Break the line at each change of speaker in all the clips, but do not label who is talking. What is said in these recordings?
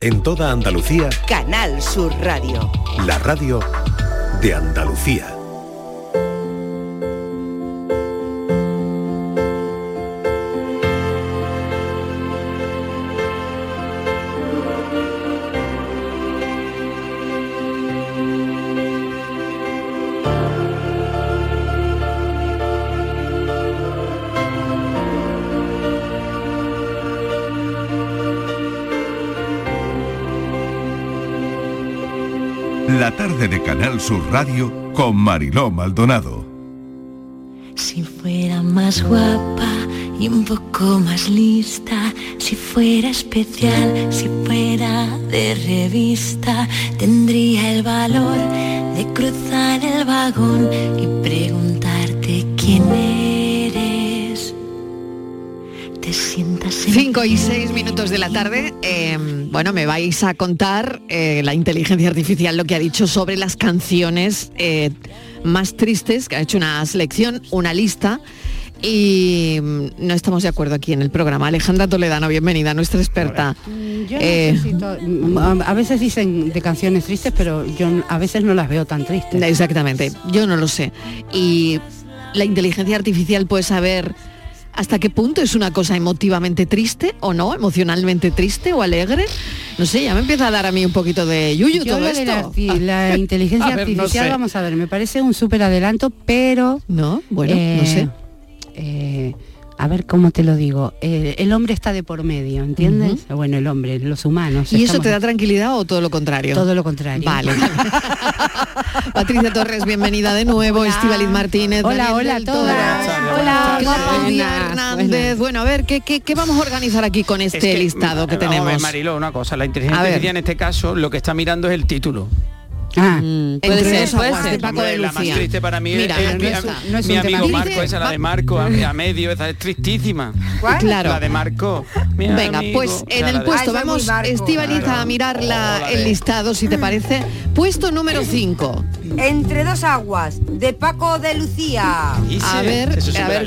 En toda Andalucía,
Canal Sur Radio.
la radio de Andalucía.
La tarde de Canal Sur Radio con Mariló Maldonado.
Si fuera más guapa y un poco más lista, si fuera especial, si fuera de revista, tendría el valor de cruzar el vagón y preguntarte quién eres. Te sientas en
5 y 6 minutos de la tarde. eh, bueno, me vais a contar eh, la inteligencia artificial lo que ha dicho sobre las canciones eh, más tristes, que ha hecho una selección, una lista. Y mm, no estamos de acuerdo aquí en el programa. Alejandra Toledano, bienvenida, nuestra experta.
Yo no
Eh,
necesito- mm, a a veces dicen de canciones tristes, pero yo n- a veces no las veo tan tristes.
Exactamente, yo no lo sé. Y la inteligencia artificial puede saber hasta qué punto es una cosa emotivamente triste o no, emocionalmente triste o alegre. No sé, ya me empieza a dar a mí un poquito de yuyu
Yo
todo
lo de la,
esto. Ah.
arti- la inteligencia
A ver, no
artificial,
sé.
vamos a ver, me parece un súper adelanto, pero...
No, bueno, no sé.
eh, a ver cómo te lo digo. Eh, el hombre está de por medio, ¿entiendes? Bueno, el hombre, los humanos.
¿Y eso
estamos-
te da tranquilidad o todo lo contrario?
Todo lo contrario.
Vale. Patricia Torres, bienvenida de nuevo. Estivaliz Martínez.
Hola,
Daniel
hola
del
a
Toro,
todas. Hola,
Claudia
buenas,
Hernández. Bueno, a ver, ¿qué, qué, qué vamos a organizar aquí con este
Es que,
listado que
vamos a ver,
tenemos?
Mariló, una cosa, la
A
inteligencia
ver.
artificial en este caso lo que está mirando es el título.
Ah,
Mm, puede
Entre
ser,
dos
puede
aguas
ser.
de Paco
Hombre,
de
la
Lucía.
más triste para mí es-
Mira,
es mi-
no es un- no es
mi
un
amigo
tema
Marco,
triste.
esa es
la de Marco, a, a medio, esa es tristísima.
Claro.
La de Marco. mi
Venga,
amigo,
pues
o sea,
en
la
el
de-
puesto, vamos, Estivaliz, a mirar la- el listado, si te parece. Puesto número 5.
Entre dos aguas, de Paco de Lucía.
A ver, a ver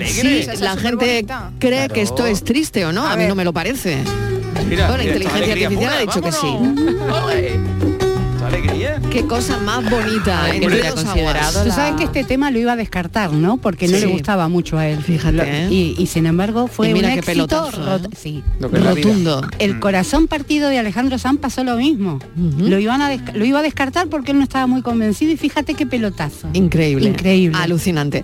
si
Esa es
la
súper
gente
bonita.
cree que esto es triste o no. A, mí no me lo parece.
Mira,
Bueno, la
mira,
inteligencia
eh, alegría
artificial
pura,
ha dicho que sí.
vámonos. Ole. Esta alegría.
Qué cosa más bonita.
Ay,
entre
hubiera
dos
considerado
aguas.
Tú sabes que este tema lo iba a descartar, ¿no? Porque no
Sí. ¿eh?
le gustaba mucho a él. Fíjate. y, y sin embargo fue
Y mira
un
qué
éxito
pelotazo, ¿eh?
rot- sí.
Lo que es la vida. Mm. Rotundo.
El corazón partido de Alejandro Sanz pasó lo mismo. lo, iban a desca- lo iba a descartar porque él no estaba muy convencido y fíjate qué pelotazo.
Increíble.
Increíble.
Alucinante.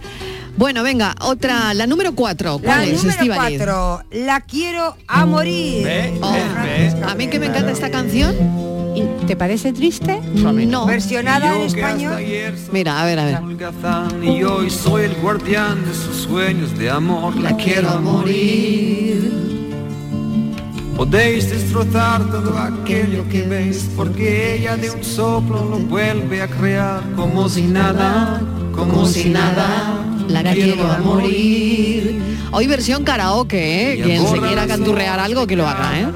Bueno, venga, otra, la número 4. ¿Cuál
La
es,
número
Estíbaliz?
4, la quiero a morir.
Oh, a mí que me encanta esta canción.
¿Te parece triste?
Mm, No.
Versionada en español.
Mira, a ver, a ver.
Y hoy soy el guardián de sus sueños de amor. La quiero a morir. Podéis destrozar todo aquello que veis, porque ella de un soplo lo vuelve a crear como si nada, como si nada.
La quiero a morir. Hoy versión karaoke, ¿eh? Quien se quiera canturrear algo, que lo haga, ¿eh?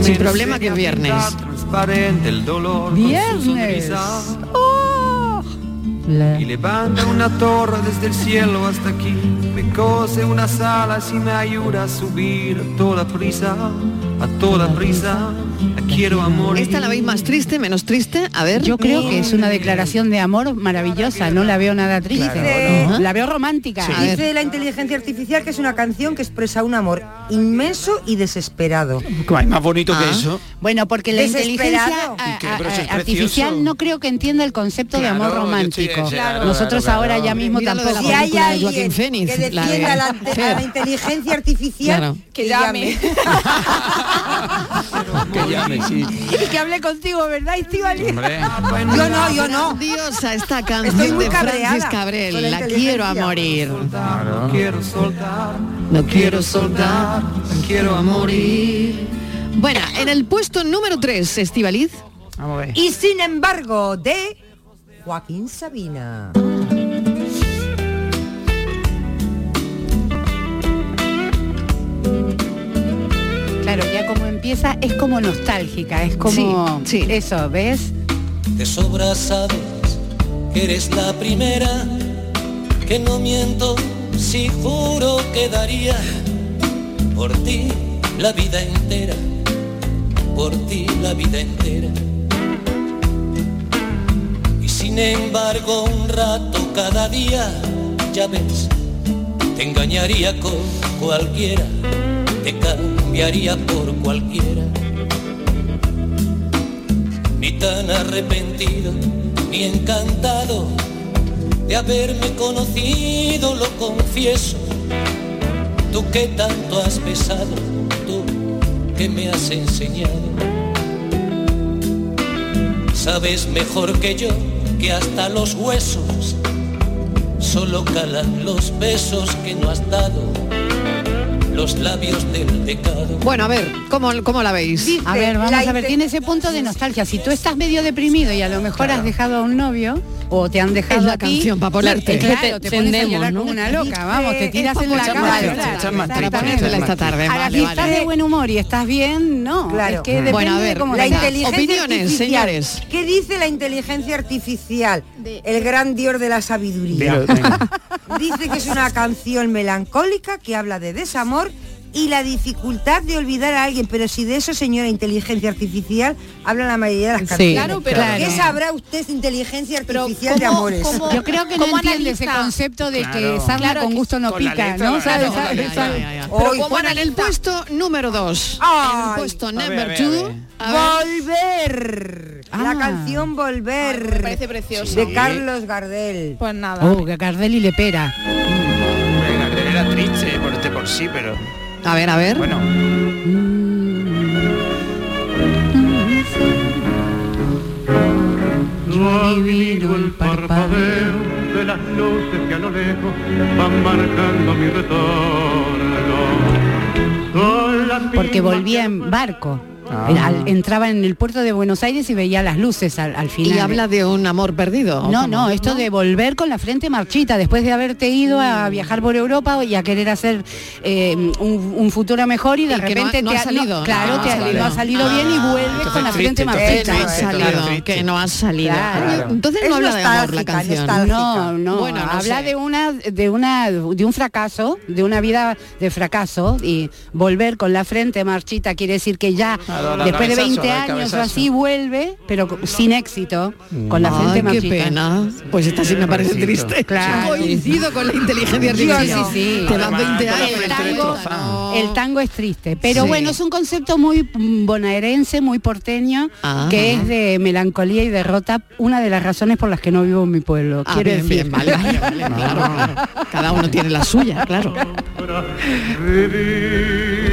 Sin problema que es viernes.
Transparente el dolor. con su
Viernes.
sonrisa. Y levanta una torre desde el cielo hasta aquí. Me cose unas alas y me ayuda a subir a toda prisa, a toda prisa. La quiero a morir.
Esta la veis más triste, menos triste. A ver.
Yo creo que es una declaración de amor maravillosa, no la veo nada triste.
Claro,
La veo romántica.
Dice la inteligencia artificial que es una canción que expresa un amor inmenso y desesperado.
Hay más bonito
Ah.
que eso.
Bueno, porque la inteligencia
Desesperado.
a-
¿Y qué? Pero
a-
eso es
artificial
precioso.
no creo que entienda el concepto
Claro,
de amor
yo estoy-
romántico.
claro,
Nosotros
claro,
ahora
claro.
ya mismo
Mira lo de la
tampoco.
Si hay
película de
alguien
Joaquín Phoenix,
que
la de
defienda a la, a la
Fer.
inteligencia artificial,
Claro.
que llame.
Que llame, sí.
y que hable contigo, ¿verdad, Estivali?
Hombre. Ah,
Yo no, yo no.
Diosa esta
Estoy
canción
muy
de Francis
cabreada con
Cabrel.
la
La quiero a
inteligencia.
morir.
No quiero soltar,
No quiero soltar.
la quiero a morir.
Bueno, en el puesto número eh, 3, Estivaliz.
Vamos a ver.
Y sin embargo, de Joaquín Sabina.
Claro, ya como empieza es como nostálgica, es como
Sí, sí.
eso, ¿ves?
De sobra sabes que eres la primera, que no miento si juro que daría por ti la vida entera, por ti la vida entera. Y sin embargo un rato cada día, ya ves, te engañaría con cualquiera, te cambiaría por cualquiera. Ni tan arrepentido, ni encantado de haberme conocido, lo confieso. Tú que tanto has pesado, tú que me has enseñado. Sabes mejor que yo que hasta los huesos solo calan los besos que no has dado, los labios del pecado.
Bueno, a ver, ¿cómo, cómo la veis?
A ver, vamos a ver, tiene ese punto de nostalgia. Si tú estás medio deprimido y a lo mejor has dejado a un novio o te han dejado
Es la
a ti,
canción pa' ponerte.
eh,
Es que
Claro,
te
te pones a
tendemos,
llorar
¿no?
como una loca, vamos, te tiras en la
Echar
cama.
más
a llorar.
triste, echar más triste,
Para
echar más
esta tarde.
triste.
Ahora,
Vale,
si
vale.
estás de buen humor y estás bien, no.
Claro.
Es que depende
Bueno, a
de
ver,
cómo
La
estás.
inteligencia
Opiniones,
artificial.
señores.
¿Qué dice la inteligencia artificial? El gran dios de la sabiduría. Dice que es una canción melancólica que habla de desamor y la dificultad de olvidar a alguien. Pero si de eso, señora inteligencia artificial, habla la mayoría de las canciones.
Claro, pero-
¿Qué
Claro.
sabrá usted de inteligencia artificial de
¿cómo-
amores?
cómo-
Yo creo que no
¿Cómo
entiende ese
analiza?
concepto de
Claro.
que sarna
Claro,
con
que-
gusto no
con la
pica,
letra,
¿no?
claro,
¿Sabes?
con la
¿Sabes?
letra,
¿Sabes?
ya, ya, ya.
Pero
Hoy
¿cómo
fuera
en el puesto número 2.
Ay.
El puesto
ver, a
number
ver, a
2.
ver.
Volver.
Ah.
La canción Volver.
Me parece precioso.
de Carlos Gardel.
Pues nada.
Oh, que Cardelli le pera.
Hombre, Gardel era triste por este por sí, pero
A ver, a ver.
bueno.
Yo adivino el parpadeo.
de las luces que a lo lejos van marcando mi retorno. Son las
Porque
mismas
volvía
que
en barco.
Ah.
Al- al- entraba en el puerto de Buenos Aires y veía las luces al, al final.
Y habla de un amor perdido.
No, no, esto de volver con la frente marchita después de haberte ido a viajar por Europa y a querer hacer eh, un, un futuro mejor y
Y
de
que no ha-
repente
no
te
ha salido.
claro,
Ah,
te ha,
vale.
no ha salido bien y vuelves con la
es Ah, triste,
Que
frente
no
marchita.
ha
Triste, claro,
salido,
triste.
que no ha salido.
Claro.
Entonces
Es
no habla de amor la
nostálgica,
canción.
nostálgica.
No, no,
Bueno, no
habla
sé.
de una de una de un fracaso, de una vida de fracaso y volver con la frente marchita quiere decir que ya
Claro, la
después de
cabezazo,
20
la
años o
cabezazo.
así vuelve, pero co- sin éxito, con la frente
Ay, qué
marchita.
pena. Pues esta sí me parece
Pobrecito.
triste.
Claro.
Coincido con la inteligencia
Yo
artificial.
no. Sí, sí.
Te das
Además, con
20
la
años.
frente
Tango,
destrozada.
no.
El tango es triste, pero
Sí.
bueno, es un concepto muy mm, bonaerense, muy porteño,
Ah.
que es de melancolía y derrota, una de las razones por las que no vivo en mi pueblo.
Ah,
quiero
bien,
decir,
bien, vale, vale, vale, claro, claro. Cada uno tiene la suya, claro.
sombra, Viví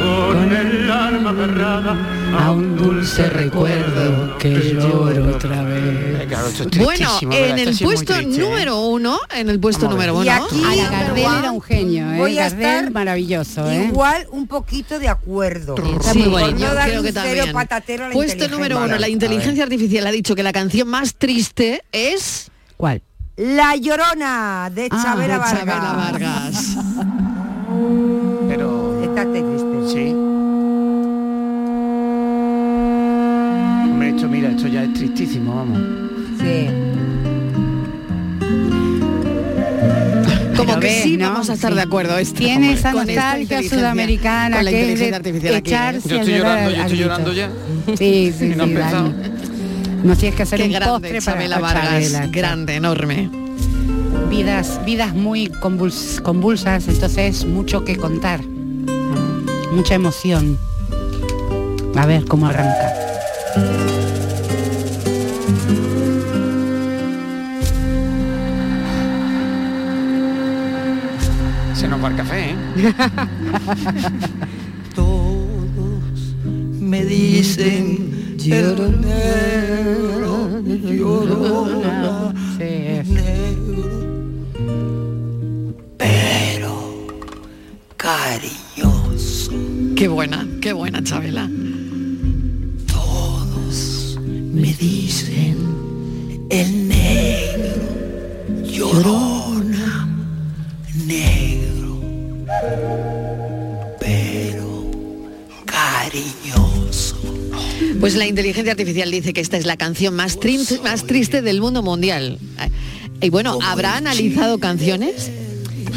con el alma aferrada a un dulce recuerdo que lloro otra vez.
Claro, esto es
Bueno,
tristísimo, ¿verdad?
en
Esto sí
el
es muy
puesto
triste, ¿eh?
número uno, en el puesto
Vamos a ver.
número uno.
Y aquí
a la Gardel
Juan,
era un genio, ¿eh?
voy a
Gardel,
estar
maravilloso, ¿eh?
Igual un poquito de acuerdo.
Está muy
Por
bueno,
no dar
creo
un
que
cero
también.
patatero a la
Puesto
inteligencia.
número uno,
Vale,
la
a
inteligencia artificial ha dicho que la canción más triste es
¿Cuál?
La Llorona de
Ah,
Chabela
de
Vargas.
Chabela Vargas.
Pero
Está triste.
sí. Hombre, esto mira, esto ya es tristísimo, vamos.
Sí.
Como
Pero
que
ves,
sí
¿no?
vamos a estar
Sí.
de acuerdo. Es
Tiene esa
con esta
nostalgia
inteligencia,
sudamericana
con la
que es
inteligencia
de
artificial aquí, ¿eh?
echarse
Yo
a
estoy
llorar
llorando,
al-
yo estoy
al
llorando
grito.
ya.
Sí, sí,
Y no
sí,
has
Dani. Nos tienes que hacer
Qué
un
grande,
postre para
Chabela Vargas,
Chabela.
grande, enorme.
Vidas, vidas muy convuls- convulsas, entonces mucho que contar. Mucha emoción. A ver cómo arranca.
Se nos va el café, ¿eh?
Todos me dicen llorona, llorona,
Sí, es.
negro, pero cariñoso.
Qué buena, qué buena, Chabela.
Todos me dicen el negro, llorona, negro, pero cariñoso.
Pues la inteligencia artificial dice que esta es la canción más, trin- más triste del mundo mundial. Eh, Y bueno, ¿habrá analizado canciones?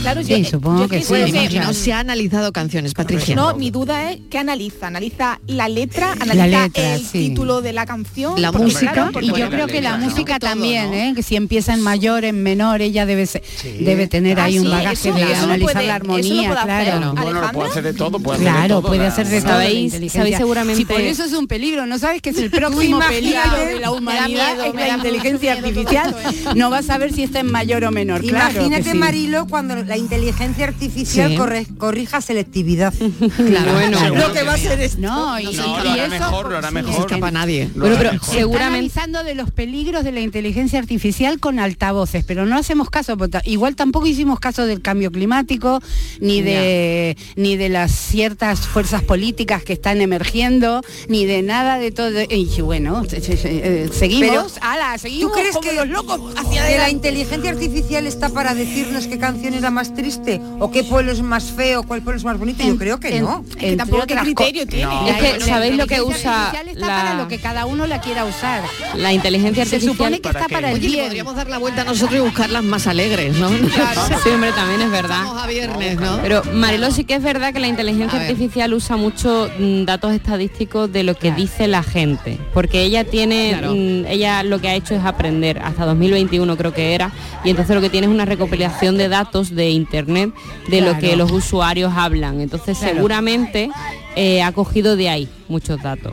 Claro,
Sí, supongo que sí,
creo
imagino. No se ha analizado canciones, Patricia.
No, mi duda es que analiza, analiza la letra, analiza
letra,
el
sí.
título de la canción,
La
porque,
música
claro,
Y
porque-
yo creo que la
¿no?
música
Todo,
también,
¿no?
¿eh? que si empieza en mayor, en menor, ella debe ser- debe tener
Ah,
ahí un
sí,
bagaje
eso-
de
eso lo
analizar
puede-
la
eso lo
armonía,
puede hacer,
claro.
¿no?
Bueno, lo puede hacer de todo, puede hacer de
Claro,
todo,
puede
la-
hacer de
bueno,
todo. la
la
inteligencia.
inteligencia.
Si por eso es un peligro, no sabes que es el próximo
imagínate,
peligro de
me
la
da
humanidad,
miedo,
es
me
la
da
inteligencia artificial. No vas a ver si está en mayor o menor. claro
Imagínate,
que sí.
Marilo, cuando la inteligencia artificial
Sí.
corre- corrija selectividad.
Claro. Bueno,
Seguro
lo que va a ser
es
No, y,
No,
y
lo hará
eso
mejor, lo hará
sí,
mejor.
es que-
Para nadie.
Bueno, pero
Se Están avisando de los peligros de la inteligencia artificial con altavoces, pero no hacemos caso, porque ta- igual tampoco hicimos caso del cambio climático, ni de ni de las ciertas fuerzas políticas que están emergiendo, ni de nada de todo. Y bueno, se- se- se- eh, seguimos.
Pero,
ala, seguimos
¿Tú crees
como
que
los locos hacia
que la
adelante.
inteligencia artificial está para decirnos qué canción es la más triste o qué pueblo es más feo, cuál pueblo es más bonito? Yo creo que
en-
no.
es que entre tampoco qué otras co- criterio tiene. No.
Es que
La
sabéis lo que
inteligencia
usa
artificial está para
la,
lo que cada uno la quiera usar.
la inteligencia
Se
artificial.
supone que está para el
Oye, que
bien.
podríamos dar la vuelta a nosotros y buscarlas más alegres, ¿no?
Sí, hombre, también es verdad.
Vamos a viernes, ¿no?
Pero Marilo sí que es verdad que la inteligencia artificial usa mucho mm, datos estadísticos de lo que dice la gente, porque ella tiene,
Claro.
mm, ella lo que ha hecho es aprender hasta 2021 creo que era, y entonces lo que tiene es una recopilación de datos de internet de lo
Claro.
que los usuarios hablan, entonces
Claro.
seguramente eh, ha cogido de ahí muchos datos,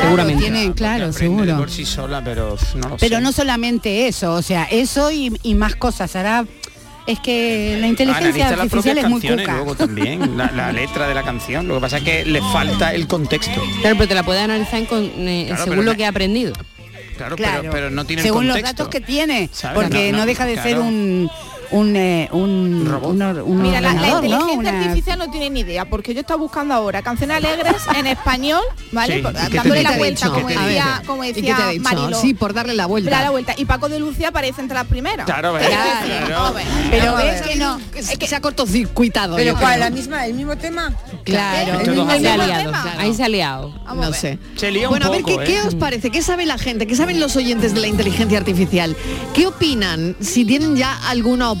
seguramente.
tiene- claro,
Aprende
seguro.
Por sí sola, pero pff, no lo sé.
Pero no solamente eso, o sea, eso y, y más cosas hará. Es que la inteligencia
Analiza las
artificial
propias
es muy
canciones
cuca.
luego también, la, la letra de la canción. Lo que pasa es que le falta el contexto.
Claro, pero te la puede analizar en con- eh,
Claro,
según
pero
lo
no-
que ha aprendido.
Claro,
Claro.
Pero, pero no tiene
Según
el
los
contexto.
datos que tiene,
¿Sabes?
porque
No,
no,
no,
deja de ser
claro.
un un, eh, un, un or- un
Mira, la, la
ordenador, ¿no?
inteligencia
Una-
artificial no tiene ni idea, porque yo estaba buscando ahora canciones alegres en español, ¿vale?
Sí,
Por-
¿y qué te
dándole
dice?
la
¿Qué te ha
vuelta,
dicho?
como
¿Qué te
decía,
dice?
como
¿Y qué te
decía
ha dicho?
Mariló.
Sí, por darle la vuelta.
Darle la vuelta. Y Paco de Lucía aparece entre las primeras.
Claro,
Es
¿verdad?
decir,
Claro.
hombre,
Pero
vamos a
ves
ver.
que no.
Es que se ha cortocircuitado.
Pero
yo
¿cuál?
creo.
¿La misma, el mismo tema?
Claro.
El mismo
Se ha
tema.
liado, ahí se ha liado.
No sé.
Se lía un
bueno, a ver,
poco,
¿qué, qué
¿eh?
os parece? ¿Qué sabe la gente? ¿Qué saben los oyentes de la inteligencia artificial? ¿Qué opinan? Si tienen ya alguna opinión.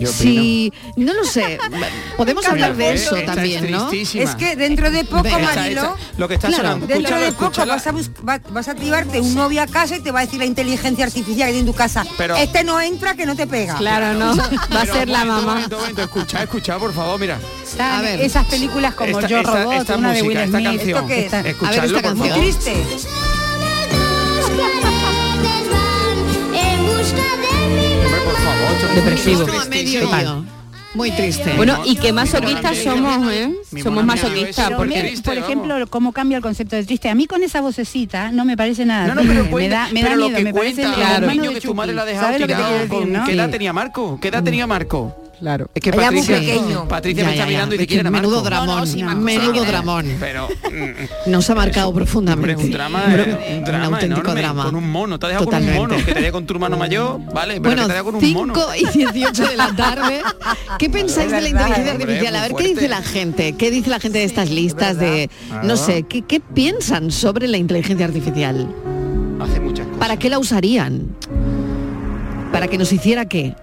Yo
Si, no lo sé, podemos
Mira,
hablar de
pues, eh,
eso
esta- esta es
también, ¿no?
tristísima.
Es que dentro de poco,
Venga.
Esta-
Marilo,
esta- lo que está sonando,
dentro
escúchalo,
de poco
escúchala.
vas a, bus- va- vas a privarte un novio a casa y te va a decir la inteligencia artificial que tiene en tu casa.
Pero-
este no entra, que no te pega.
Claro, no. Va a
Pero
ser la
un momento, un
mamá.
momento, un momento, escucha, escucha, por favor, mira.
Están esas películas como
Esta-
Yo
esta-
Robot,
esta
una de
música,
Will
esta
Smith.
canción.
¿Esto qué es?
Esta-
A ver,
escuchadlo,
esta
por
canción.
favor.
Triste.
Depresivo.
Total. Muy triste.
Bueno, y que masoquistas somos, ¿eh? Somos masoquistas
Pero
porque
mira, por ejemplo, cómo cambia el concepto de triste. A mí con esa vocecita no me parece nada.
No, no,
triste.
pero
Ah, me
cuenta-
da, me da
pero lo
miedo,
que
me parece
cuenta
el
el
hermano
niño
de
que tu
Chucky.
madre la ha dejado
¿Sabes lo que te
tirado
quiero decir,
con-
no?
¿Qué edad
Sí. Mm.
tenía Marco? ¿Qué edad tenía Marco? Claro. Es que
Era muy
Patricia,
pequeño.
Patricia
Ya,
me
ya,
está
ya.
mirando y
Es
dice
que
quién era Marco.
Menudo dramón, menudo dramón.
Pero mm,
Nos ha marcado
hombre,
profundamente.
es un drama,
Pero-
eh, un
un
drama
auténtico
enorme,
drama.
con un mono, te ha dejado con un
Totalmente.
mono, que te deja con tu hermano mayor, vale, Eh, pero que te deja con
bueno,
un mono.
5 y 18 de la tarde. ¿Qué pensáis de la inteligencia
Hombre,
artificial? A
muy
ver, ¿qué dice la gente? ¿Qué dice la gente de estas listas de, no
Ah.
sé, ¿qué, qué piensan sobre la inteligencia artificial?
Hace muchas
¿Para qué la usarían? ¿Para que nos hiciera qué?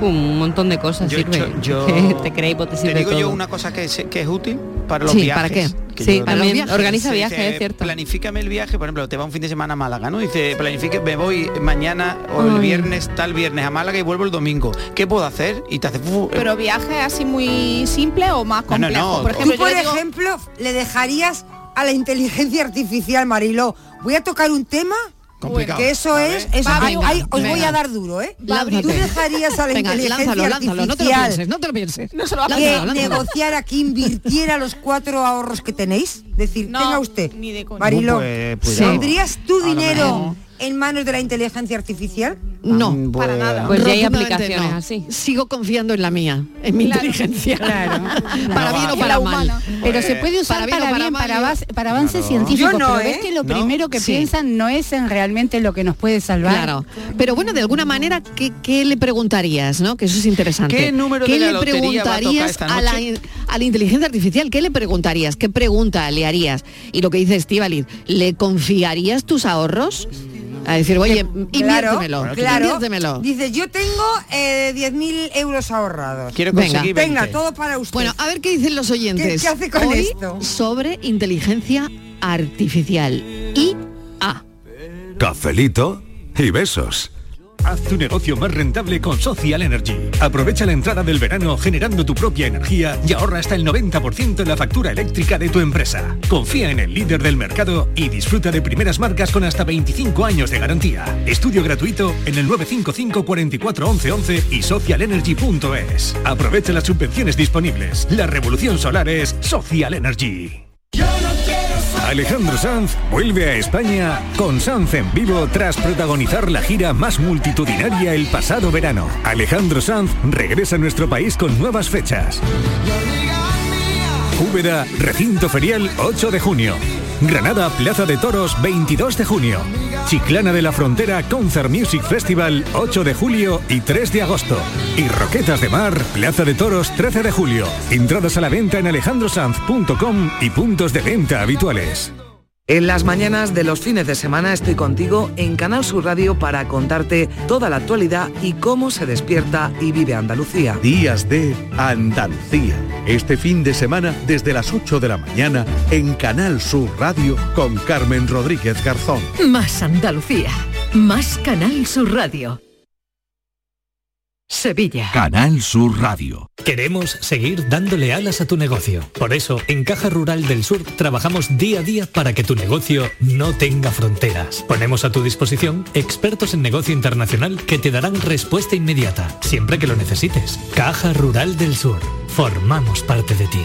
un montón de cosas
Yo-
sirve.
yo-
Que
yo-
te crea hipótesis
Te
de
digo yo
todo.
una cosa que es, que es útil para los
Sí, ¿para
viajes.
qué?
que
Sí,
yo-
para los También viajes. organiza
Sí,
viajes,
dice,
es cierto.
Planifícame el viaje, por ejemplo, te va un fin de semana a Málaga, ¿no? Dice, planifique, me voy mañana o el
Ay.
viernes, tal viernes a Málaga y vuelvo el domingo. ¿Qué puedo hacer? Y te hace... fu- eh,
Pero viajes así muy simple o más
No, no,
complejo. Por
no,
Tú,
ejemplo, yo
por
le digo-
ejemplo, le dejarías a la inteligencia artificial, Marilo, voy a tocar un tema
Complicado.
que eso es, eso-
Va,
ay,
venga,
ay, os voy
venga.
a dar duro, ¿eh?
Lánzate.
Tú dejarías a la
Venga,
inteligencia
lánzalo,
artificial
lánzalo, no te lo pienses, no te lo pienses.
que
Lánzalo, lánzalo.
negociara, que invirtiera los cuatro ahorros que tenéis, decir, tenga usted,
ni de coña.
Marilo,
Pues, pues,
¿pondrías tu
a lo mejor.
dinero en manos de la inteligencia artificial?
No,
para nada.
Pues ya hay
Rotundamente
aplicaciones
no.
así.
Sigo confiando en la mía, en mi
Claro,
inteligencia.
claro,
para bien o
En
para mal.
la humana. Pero
Pues,
se puede
para
usar
bien o
para,
para
bien,
mal,
para,
yo-
avance- para avances
Eh, Claro.
científicos.
Yo no,
pero ves
¿eh?
que lo
No.
primero que
Sí.
piensan no es en realmente lo que nos puede salvar.
Claro. Pero bueno, de alguna manera, ¿qué, qué le preguntarías? ¿no? Que eso es interesante.
¿Qué número de la
le
lotería va a tocar
preguntarías
esta
a, la,
noche?
in- a la inteligencia artificial? ¿Qué le preguntarías? ¿Qué pregunta le harías? Y lo que dice Estíbaliz, ¿le confiarías tus ahorros? A decir, oye, inviértemelo,
Claro, claro.
inviértemelo.
Dice, yo tengo eh, 10.000 euros ahorrados.
Quiero conseguir
Venga, venga,
20.
todo para usted.
Bueno, a ver qué dicen los oyentes.
¿Qué, qué hace con
Hoy,
esto?
Sobre inteligencia artificial. Y A.
Cafelito y besos.
Haz tu negocio más rentable con Social Energy. Aprovecha la entrada del verano generando tu propia energía y ahorra hasta el 90% en la factura eléctrica de tu empresa. Confía en el líder del mercado y disfruta de primeras marcas con hasta 25 años de garantía. Estudio gratuito en el 955 44 11 11 y socialenergy.es. Aprovecha las subvenciones disponibles. La revolución solar es Social Energy.
Alejandro Sanz vuelve a España con Sanz en vivo tras protagonizar la gira más multitudinaria el pasado verano. Alejandro Sanz regresa a nuestro país con nuevas fechas. Úbeda, Recinto Ferial 8 de junio. Granada, Plaza de Toros 22 de junio. Chiclana de la Frontera Concert Music Festival 8 de julio y 3 de agosto. Y Roquetas de Mar, Plaza de Toros 13 de julio. Entradas a la venta en alejandrosanz.com y puntos de venta habituales.
En las mañanas de los fines de semana estoy contigo en Canal Sur Radio para contarte toda la actualidad y cómo se despierta y vive Andalucía.
Días de Andalucía. Este fin de semana desde las 8 de la mañana en Canal Sur Radio con Carmen Rodríguez Garzón.
Más Andalucía. Más Canal Sur Radio. Sevilla.
Canal Sur Radio. Queremos seguir dándole alas a tu negocio. Por eso, en Caja Rural del Sur trabajamos día a día para que tu negocio no tenga fronteras. Ponemos a tu disposición expertos en negocio internacional que te darán respuesta inmediata, siempre que lo necesites. Caja Rural del Sur. Formamos parte de ti.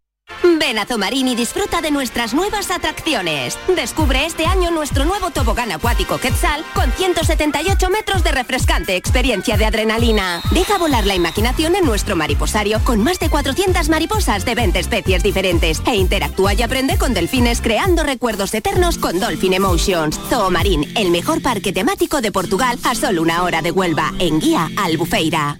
Ven a Zomarín y disfruta de nuestras nuevas atracciones. Descubre este año nuestro nuevo tobogán acuático Quetzal con 178 metros de refrescante experiencia de adrenalina. Deja volar la imaginación en nuestro mariposario con más de 400 mariposas de 20 especies diferentes e interactúa y aprende con delfines creando recuerdos eternos con Dolphin Emotions. Zoomarín, el mejor parque temático de Portugal a solo una hora de Huelva en guía Albufeira.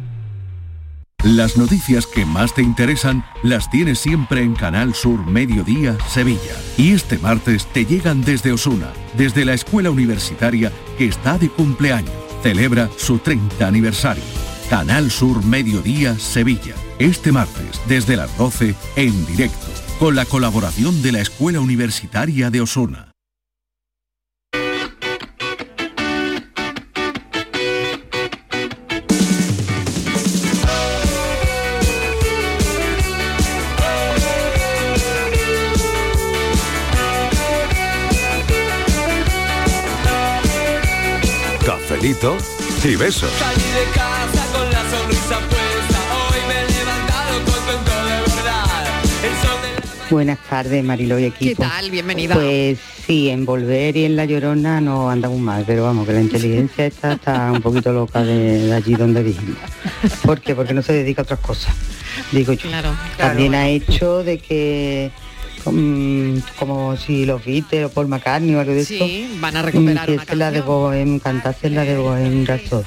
Las noticias que más te interesan las tienes siempre en Canal Sur Mediodía Sevilla. Y este martes te llegan desde Osuna, desde la escuela universitaria que está de cumpleaños. Celebra su 30 aniversario. Canal Sur Mediodía Sevilla. Este martes desde las 12 en directo, con la colaboración de la escuela universitaria de Osuna.
Cafelito y besos.
Salí de casa con la sonrisa puesta, hoy me he levantado contento de verdad. El sol de
Buenas tardes, Marilo y equipo.
¿Qué tal? Bienvenida.
Pues sí, en Volver y en La Llorona no andamos mal, pero vamos, que la inteligencia está, está un poquito loca de, de allí donde vivimos. ¿Por qué? Porque no se dedica a otras cosas, digo yo.
Claro,
También ha hecho de que, mm, como si los viste o Paul McCartney o algo de
Sí,
esto,
van a recuperar
mm, que
una
es la de Bohem, cantarse la de Bohem Rhapsody.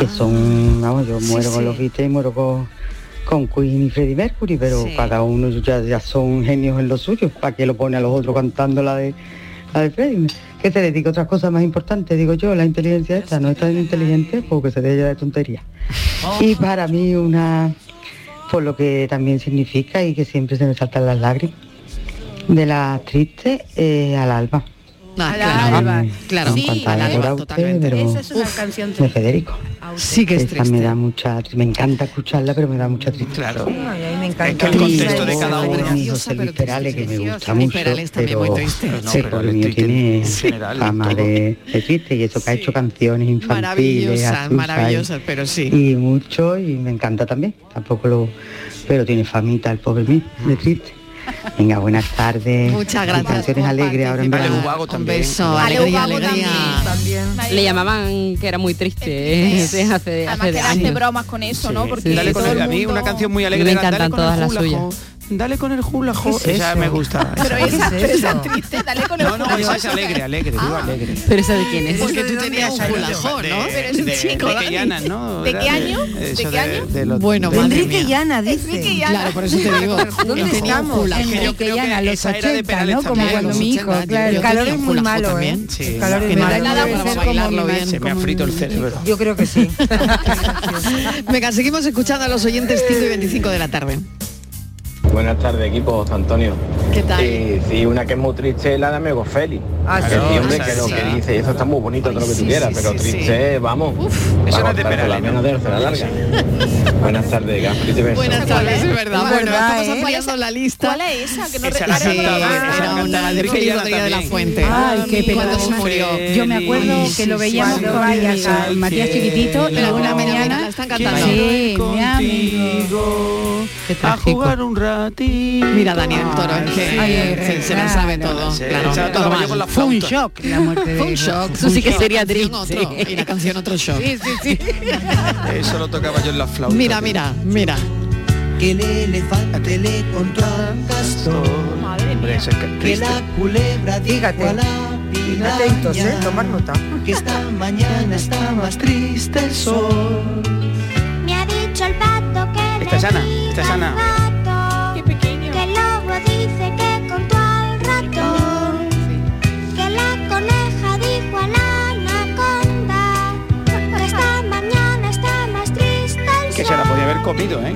Que son, vamos, yo
Ah. Sí,
muero
sí.
con los Beatles y muero con, con Queen y Freddie Mercury, pero
Sí.
cada uno ya, ya son genios en lo suyo. ¿Para qué lo pone a los otros cantando la de, la de Freddie? Que se dedica a otras cosas más importantes, digo yo, la inteligencia esta, no es tan inteligente porque se deja de tontería. Y para mí una, por lo que también significa y que siempre se me saltan las lágrimas, de las tristes eh, al alba.
Ah,
A la
claro.
Alba.
Claro,
Sí,
a la
eh,
Alba, totalmente.
Esa es una canción
de Federico.
Sí que es
Esa me da mucha, me encanta escucharla, pero me da mucha tristeza. Claro.
me
encanta.
el contexto
de
cada uno.
José Luis Perales, que me gusta
Luis
mucho,
Perales también
pero
muy triste.
pero no,
Sí.
pero el mío tiene fama de, de triste y eso que ha hecho canciones infantiles.
Maravillosas,
azuzas y-
maravillosas, pero sí.
Y mucho, y me encanta también, tampoco lo... Pero tiene famita el pobre mío, de triste. Venga, buenas tardes.
Muchas
Y
gracias
Canciones alegres ahora en verano.
Un beso, alegría, alegría.
Le llamaban que era muy triste eh, desde hace,
Además
hace
que
años.
hace bromas con eso, ¿no? Porque
Dale con
todo
el-
el
a mí
mundo-
una canción muy alegre.
Me
era Dale
encantan
con el
todas las
hula
suyas.
ho, Dale con el hula ho.
¿Qué es
Esa
eso?
me gusta.
Pero
esa-
esa,
¿Qué es
pero esa
eso?
triste, dale con el Ah.
No, no, esa es alegre, alegre, digo alegre.
Pero esa de quién
es?
Porque tú tenías un hulajón, ¿no?
Pero es un de- chico, de Dani. Quellanas, ¿no? ¿De Era qué de- año? ¿De eso qué de- año? de los-
bueno,
de-
madre
Enrique
mía.
Llana, dice.
Claro, por eso te digo.
¿Dónde
yo tenía
estamos?
un hula
En
hoop.
el que llana, los 80, ¿no? Como
Claro,
cuando mi
los
hijo,
80,
claro.
yo
El calor
tenía
es
un
muy
hula hoop
malo,
también.
¿eh?
Sí,
El calor
que
es
no
malo.
da
Nada
para
para
bailarlo
como
bien.
Se me ha frito el cerebro.
Yo creo que sí.
Venga, seguimos escuchando a los oyentes 5 y 25 de la tarde.
Buenas tardes, equipo, José Antonio.
¿Qué tal?
Sí, sí, una que es muy triste es la de Amigo Félix.
Ah,
Que
sí.
sí, hombre,
Ah,
que lo
sí.
que dice, eso está muy bonito, todo lo que tú
sí,
quieras,
sí,
pero
sí,
triste,
sí.
vamos.
Eso
para
no es de
cortarse la
Perales,
mano de la larga. Buenas tardes, gran príncipe. de
Buenas
Sol.
tardes, es verdad.
Es
Bueno,
verdad,
estamos
¿eh?
ampliando la lista. ¿Cuál
es esa? Que no
sí,
Esa la cantaba, esa la
era
cantaba
una de
Enrique
Rodrigo
Llana
Rodríguez de la
también.
Fuente.
Ay, qué
Cuando se
pena.
murió.
Yo me acuerdo que lo veíamos
sí.
con
Cuando
mi-
vaya
con Matías
que
Chiquitito y
la
alguna
buena
mañana
mañana la están cantando.
Sí, mi amigo.
A jugar un ratito.
Mira, Daniel Toro, es que se- se la sabe todo. Claro,
se la tocaba yo con la
Fue un
flauta.
shock la muerte de Fue un shock.
Eso sí que sería
Canción
triste.
otro, Y la canción otro shock.
Sí, Eso lo tocaba yo en la flauta.
Mira, mira, mira.
Que el elefante le contó al castor
Hombre, eso es que-
Que la culebra dijo
Fíjate.
a la piraña
Atentos, ¿eh? Tomar nota.
Que esta mañana está más triste el sol
Me ha dicho el pato que
Esta es Ana, esta es Ana.
rato, que el lobo dice que contó al ratón, que la coneja dijo a la anaconda, que esta mañana está más triste el
Que se la
sol.
podía haber comido, ¿eh?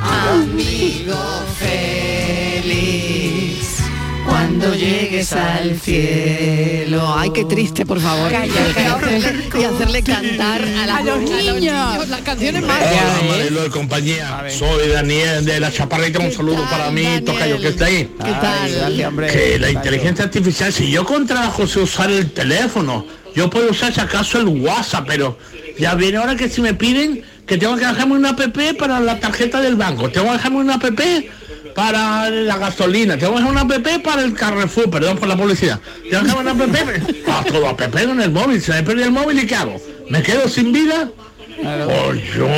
Amigo
feliz, cuando llegues al cielo. Ay, qué triste, por favor. y hacerle cantar a, la-
A los
niños. Las canciones más.
Hola Marilo de compañía, soy Daniel de la Chaparrita, un saludo para mí, Tocayo, que está ahí.
Ay,
dale, hombre. que la inteligencia artificial, si yo con trabajo sé usar el teléfono, yo puedo usar si acaso el WhatsApp, pero ya viene ahora que si me piden que tengo que dejarme una app para la tarjeta del banco, tengo que dejarme una app para la gasolina, tengo que dejar una app para el Carrefour, perdón por la publicidad, tengo que dejar una app a ah, todo app en el móvil, se me pierde el móvil y ¿qué hago? ¿Me quedo sin vida? Pues yo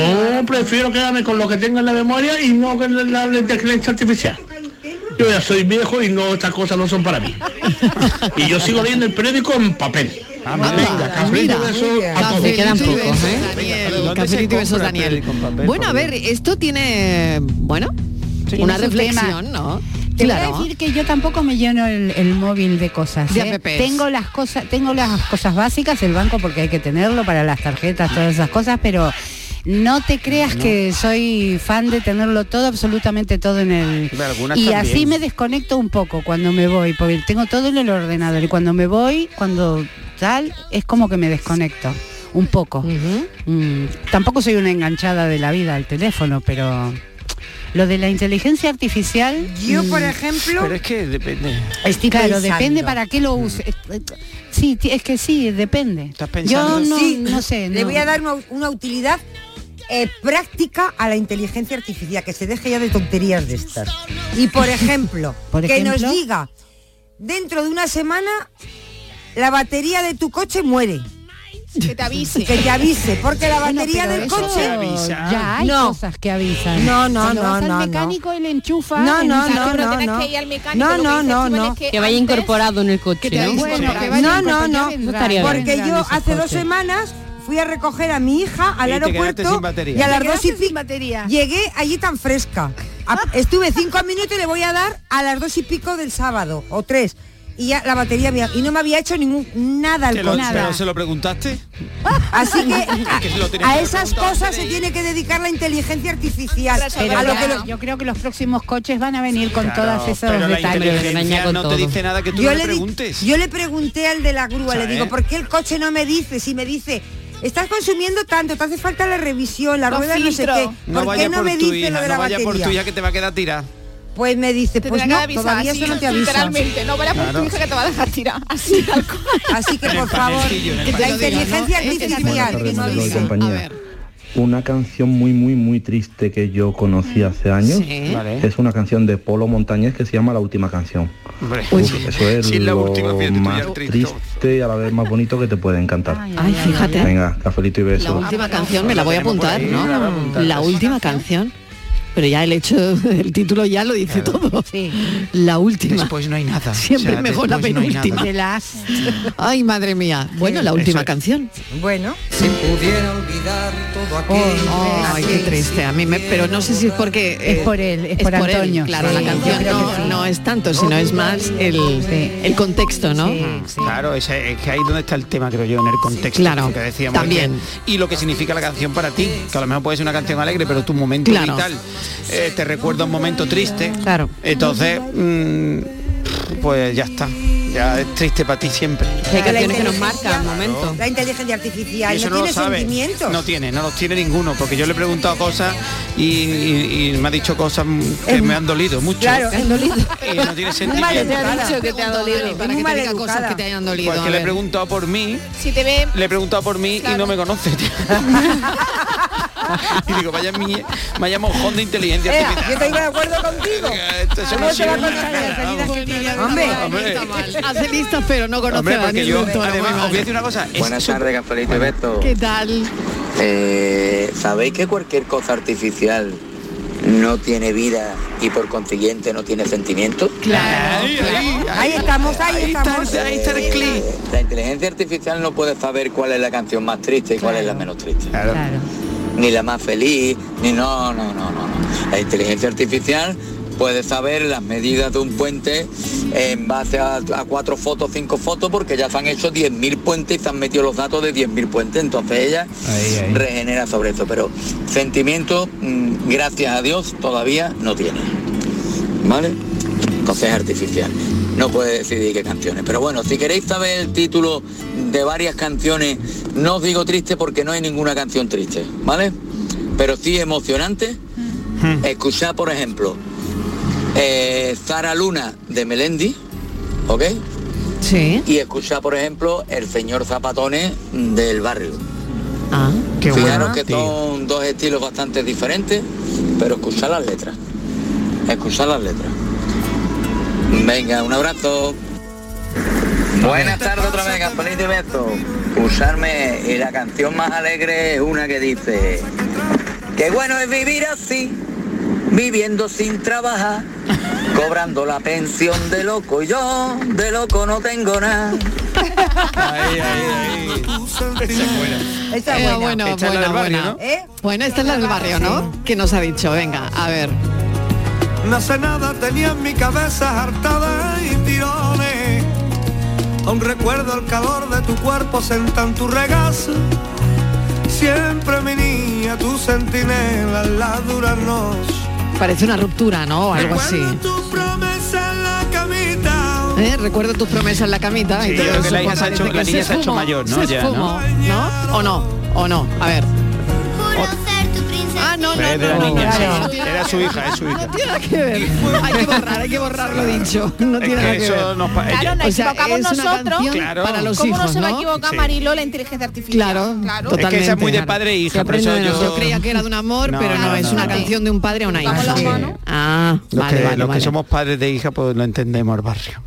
prefiero quedarme con lo que tengo en la memoria y no con la la inteligencia artificial. Yo ya soy viejo y no estas cosas no son para mí. y yo sigo leyendo el periódico en papel. Venga, cafelito y besos a todos.
Cafelito y besos, Daniel. Cafelito ¿eh? y besos, Daniel. Bueno, a ver, esto tiene, bueno, una
Tiene su
reflexión,
tema.
¿no?
Te voy a decir que yo tampoco me lleno el, el móvil de cosas.
De
¿eh?
apps.
Tengo las cosas, tengo las cosas básicas, el banco porque hay que tenerlo para las tarjetas, todas esas cosas, pero no te creas que soy fan de tenerlo todo, absolutamente todo en el.
Hombre, algunas
Y
también.
así me desconecto un poco cuando me voy, porque tengo todo en el ordenador y cuando me voy, cuando tal, es como que me desconecto un poco. Mm, tampoco soy una enganchada de la vida al teléfono, pero lo de la inteligencia artificial.
Yo, por
mm,
ejemplo,
Pero es que depende.
Estoy
claro,
pensando.
depende para qué lo use. Eh, eh, Sí, ti- es que sí, depende. Yo no,
Sí,
no sé.
Le
no.
voy a dar una, una utilidad eh, práctica a la inteligencia artificial, que se deje ya de tonterías de estas. Y por ejemplo,
Por
que
ejemplo.
nos diga, dentro de una semana la batería de tu coche muere.
Que te avise.
Que te avise, porque la
Bueno,
batería
pero
del
eso
coche
Ya hay
no.
cosas que avisan.
No, no,
Cuando
no,
vas
no, no.
al mecánico él enchufa.
No,
en
no,
un-
no,
Pero
no,
tenés
no.
que ir al mecánico,
No,
lo que
no,
dice
no,
Esteban es
no.
Que vaya incorporado en el coche,
Que te
¿no?
avise.
Bueno, que vaya
no, no,
incorporado,
no,
ya vendrá.
porque
Vendrán
yo
esos
hace dos
coches.
semanas fui a recoger a mi hija al
Y te quedaste
aeropuerto
sin batería.
y a
Te
las dos y
quedaste sin
pico llegué allí tan fresca. A- estuve cinco minutos y le voy a dar a las dos y pico del sábado o tres. y ya la batería había, y no me había hecho ningún nada al
¿Se lo,
coche.
¿Pero se lo preguntaste?
Así que a,
Que se lo tenías
a
que
esas
preguntar,
cosas
tenéis.
se tiene que dedicar la inteligencia artificial.
Pero
a lo que
claro,
los-
yo creo que los próximos coches van a venir con
Claro,
todas esos
pero la
detalles.
inteligencia no te dice nada que tú no le
di-
preguntes.
yo le pregunté al de la grúa,
O sea,
le digo,
¿eh?
¿por qué el coche no me dice? Si me dice, estás consumiendo tanto, te hace falta la revisión, la
Los
rueda no sé
filtros.
qué.
No
¿Por
vaya
qué no
por
me
tu hija,
dice lo de la
no vaya por tuya
batería?
que te va a quedar tirada.
Pues me dice, pues
tendrá
no,
que avisar,
todavía
así,
eso no te avisa.
literalmente, no vaya por tu Claro. hija que te va a dejar tirar. Así tal cual.
Así que
En el
por favor,
panecillo, en el
la
panecillo.
inteligencia
Que te
Este
diga, ¿no?
artificial.
Es que te
que no
Manolo y
avisa.
compañía. Una canción muy, muy, muy triste que yo
Mm.
conocí hace años
Sí. Vale.
es una canción de Polo Montañés que se llama La Última Canción. Uf, eso es
Sí, la
lo
última, fíjate tú, ya
más
triste.
triste y a la vez más bonito que te puede encantar.
Ay, fíjate.
Venga, cafelito y
La
besos.
última canción me la voy a apuntar, ¿no? La última canción. Pero ya el hecho, el título ya lo dice todo. La última.
Después no hay nada.
Siempre
O sea,
mejor la
después no hay nada.
penúltima. Ay, madre mía. Bueno, la
Eso
última
es.
canción.
Bueno.
Si pudiera olvidar todo Ay, qué triste. A mí me, pero no sé si es porque eh,
Es por él, es por Antonio.
claro,
Sí,
la
yo
canción
creo
no,
que sí.
no es tanto, sino es más el, el contexto, ¿no?
Claro, ese- es que ahí donde está el tema, creo yo, en el contexto
Claro,
que decíamos.
también.
que- y lo que significa la canción para ti, que a lo mejor puede ser una canción alegre, pero tu momento
Claro.
vital eh, te recuerda un momento triste.
Claro.
Entonces, mm, pues ya está. Ya es triste para ti siempre.
La inteligencia- La inteligencia
Y
artificial
eso
no,
no, lo
tiene
sabe.
sentimientos.
No tiene, no los tiene ninguno, porque yo le he preguntado cosas y, y- y me ha dicho cosas que me han dolido mucho.
Claro, es dolido.
Y no tiene sentido.
Muy
Te ha dicho que te ha dolido.
Para que te diga cosas que te hayan dolido.
Porque
a
Pues le he
ver.
preguntado por mí,
Si te ve
le he preguntado por mí y no me conoce. tío. y digo, vaya, mi, vaya mojón de inteligencia.
Ea,
artificial.
yo Eh, estoy de acuerdo contigo.
Eh, Esto es
¿Cómo
una
te va a
chiruleta,
contar las
vamos.
heridas que tiene?
Hombre.
Hace listas, pero no conoce
Hombre,
a
porque
Daniel
yo,
Montoro, muy
además, os
mal.
voy a decir una cosa. es
Buenas
súper-
tardes, Cafelito y Beto.
¿Qué tal?
Eh, ¿Sabéis que cualquier cosa artificial no tiene vida y por consiguiente no tiene sentimiento?
Claro.
Ahí,
Ahí estamos, ahí, estamos.
La inteligencia artificial no puede saber cuál es la canción más triste y cuál es la menos triste. Ni la más feliz, ni no, no, no, no. no. La inteligencia artificial puede saber las medidas de un puente en base a, a cuatro fotos, cinco fotos, porque ya se han hecho 10.000 puentes y se han metido los datos de 10.000 puentes. Entonces ella regenera sobre eso. Pero sentimiento, mm, gracias a Dios, todavía no tiene. ¿Vale? Entonces es artificial. No puede decidir qué canciones. Pero bueno, si queréis saber el título de varias canciones, no os digo triste porque no hay ninguna canción triste, ¿vale? Pero sí emocionante. Escuchad, por ejemplo, eh, Zara Luna de Melendi, ¿ok?
Sí.
Y escuchad, por ejemplo, El Señor Zapatones del Barrio.
Ah,
Qué
bueno,
que son dos estilos bastante diferentes, pero escuchad las letras. Escuchad las letras. Venga, un abrazo. Buenas tardes otra vez, Campanito y Beto. Usarme y la canción más alegre es una que dice Qué bueno es vivir así, viviendo sin trabajar, cobrando la pensión de loco. Yo de loco no tengo nada.
Esta
Eh,
es buena.
bueno,
Esta es la
bueno,
del barrio,
bueno.
¿no?
¿Eh?
Bueno, esta es la del barrio, ¿no? Que nos ha dicho, venga, a ver.
No hace nada tenía en mi cabeza hartada y tirones. Aún recuerdo el calor de tu cuerpo sentado en tu regazo. Siempre mi niña, tu sentinela, la dura noche.
Parece una ruptura, ¿no? O algo así.
Tu promesa en la camita.
¿Eh? Recuerdo tus promesas en la camita.
Sí,
todo
creo que la
eso,
hija se ha
parece
hecho- la
que
niña se ha hecho
esfumó,
mayor, ¿no?
Se
Ya, ¿no?
esfumó, ¿no? ¿O no? ¿O no? A ver. Ah, no, no,
Es de
no,
la
no,
niña,
claro.
sí. Era su hija, es su hija.
No tiene nada que ver. Hay que borrar, hay que borrar lo dicho. No
Es
tiene
que
nada que
eso
ver.
nos pa- Claro, ella- nos
O sea,
equivocamos
es una
nosotros.
canción
Claro.
Para los
¿Cómo
hijos,
no se va a
¿no?
equivocar
Sí.
Mariló la inteligencia artificial?
Claro,
Es que esa es muy de
Totalmente.
padre e hija,
Que
por eso
aprende de
yo...
los- yo creía que era de un amor, pero no, es una canción de un padre a una hija. Ah,
Los,
vale,
que,
vale,
los que
vale.
somos padres de hija, pues lo entendemos el barrio.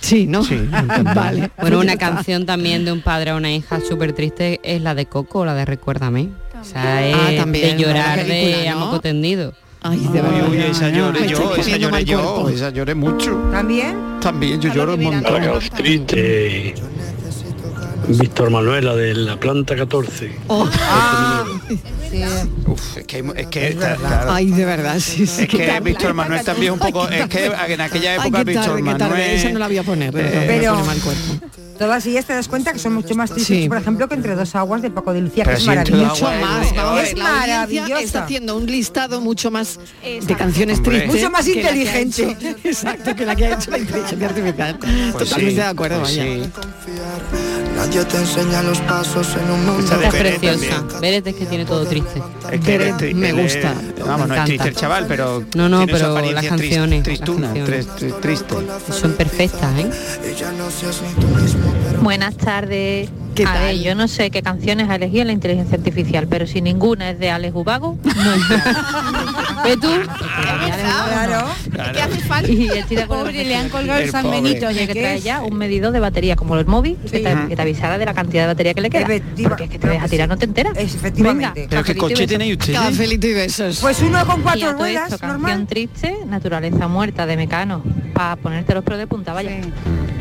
Sí, ¿no?
Sí.
Ah,
vale.
Bueno, una canción también de un padre a una hija súper triste es la de Coco, la de Recuérdame. O sea, es
Ah, también,
de llorar
la película,
de a
¿no?
moco tendido.
Ay, de
Uy, uy, esa lloré
Ah, Me estoy
yo, esa
comiendo
lloré
mal
yo,
cuerpo.
esa lloré mucho.
¿También?
También, yo lloro un montón.
Triste. Víctor Manuel, la de la planta 14.
Oh.
Ah.
Uf, es que, hay mu- es que está- claro.
Ay, de verdad, sí, sí.
Es
qué
que
tarde.
Víctor Manuel también un poco, es que en aquella época
Ay, qué tarde,
Víctor
qué tarde. Esa no
Manuel eh,
la voy a poner, de verdad, me
Pero
pone mal cuerpo.
todas ellas te das cuenta que son mucho más tristes, por ejemplo, que entre dos aguas de Paco de Lucía, que
Pero
es
si entre dos
maravilloso.
aguas, Mucho más,
Ahora,
es
Pues la audiencia
maravillosa.
está haciendo un listado mucho más de canciones
Hombre.
tristes.
Mucho más
que la que ha
inteligente.
hecho- exacto, que la que ha hecho la inteligencia artificial.
Pues
Totalmente
sí,
de acuerdo,
pues
vaya.
sí.
Nadie te enseña los pasos en un mundo.
Esa de
Está
Pérez
preciosa.
también.
Veres es que tiene todo triste.
Es que eres tri-
me
eres-
gusta.
Vamos, no
me
es triste
encanta.
el chaval, pero
No, no,
tiene su
pero las
apariencia tris-
canciones,
tristuna,
las canciones.
tris- tris- triste.
Son perfectas, ¿eh?
Buenas tardes. A ver, yo no sé qué canciones ha elegido la inteligencia artificial, pero si ninguna es de Alex Ubago, no es ¿Ve tú? Claro.
Claro.
Y estoy de acuerdo
Pobre,
con
le han
Jesús.
colgado el El San pobre. Benito,
Tiene
¿de
que
qué
traer
es?
ya un medidor de batería como el móvil, que, te, que te avisara de la cantidad de batería que le queda. Porque es que te dejas tirar, no te enteras. Efectivamente.
Pero qué coche tenéis ustedes.
Cafelito y besos.
Pues uno con
cuatro
ruedas, Canción triste, naturaleza muerta de Mecano. Para ponerte los pelos de punta, vaya.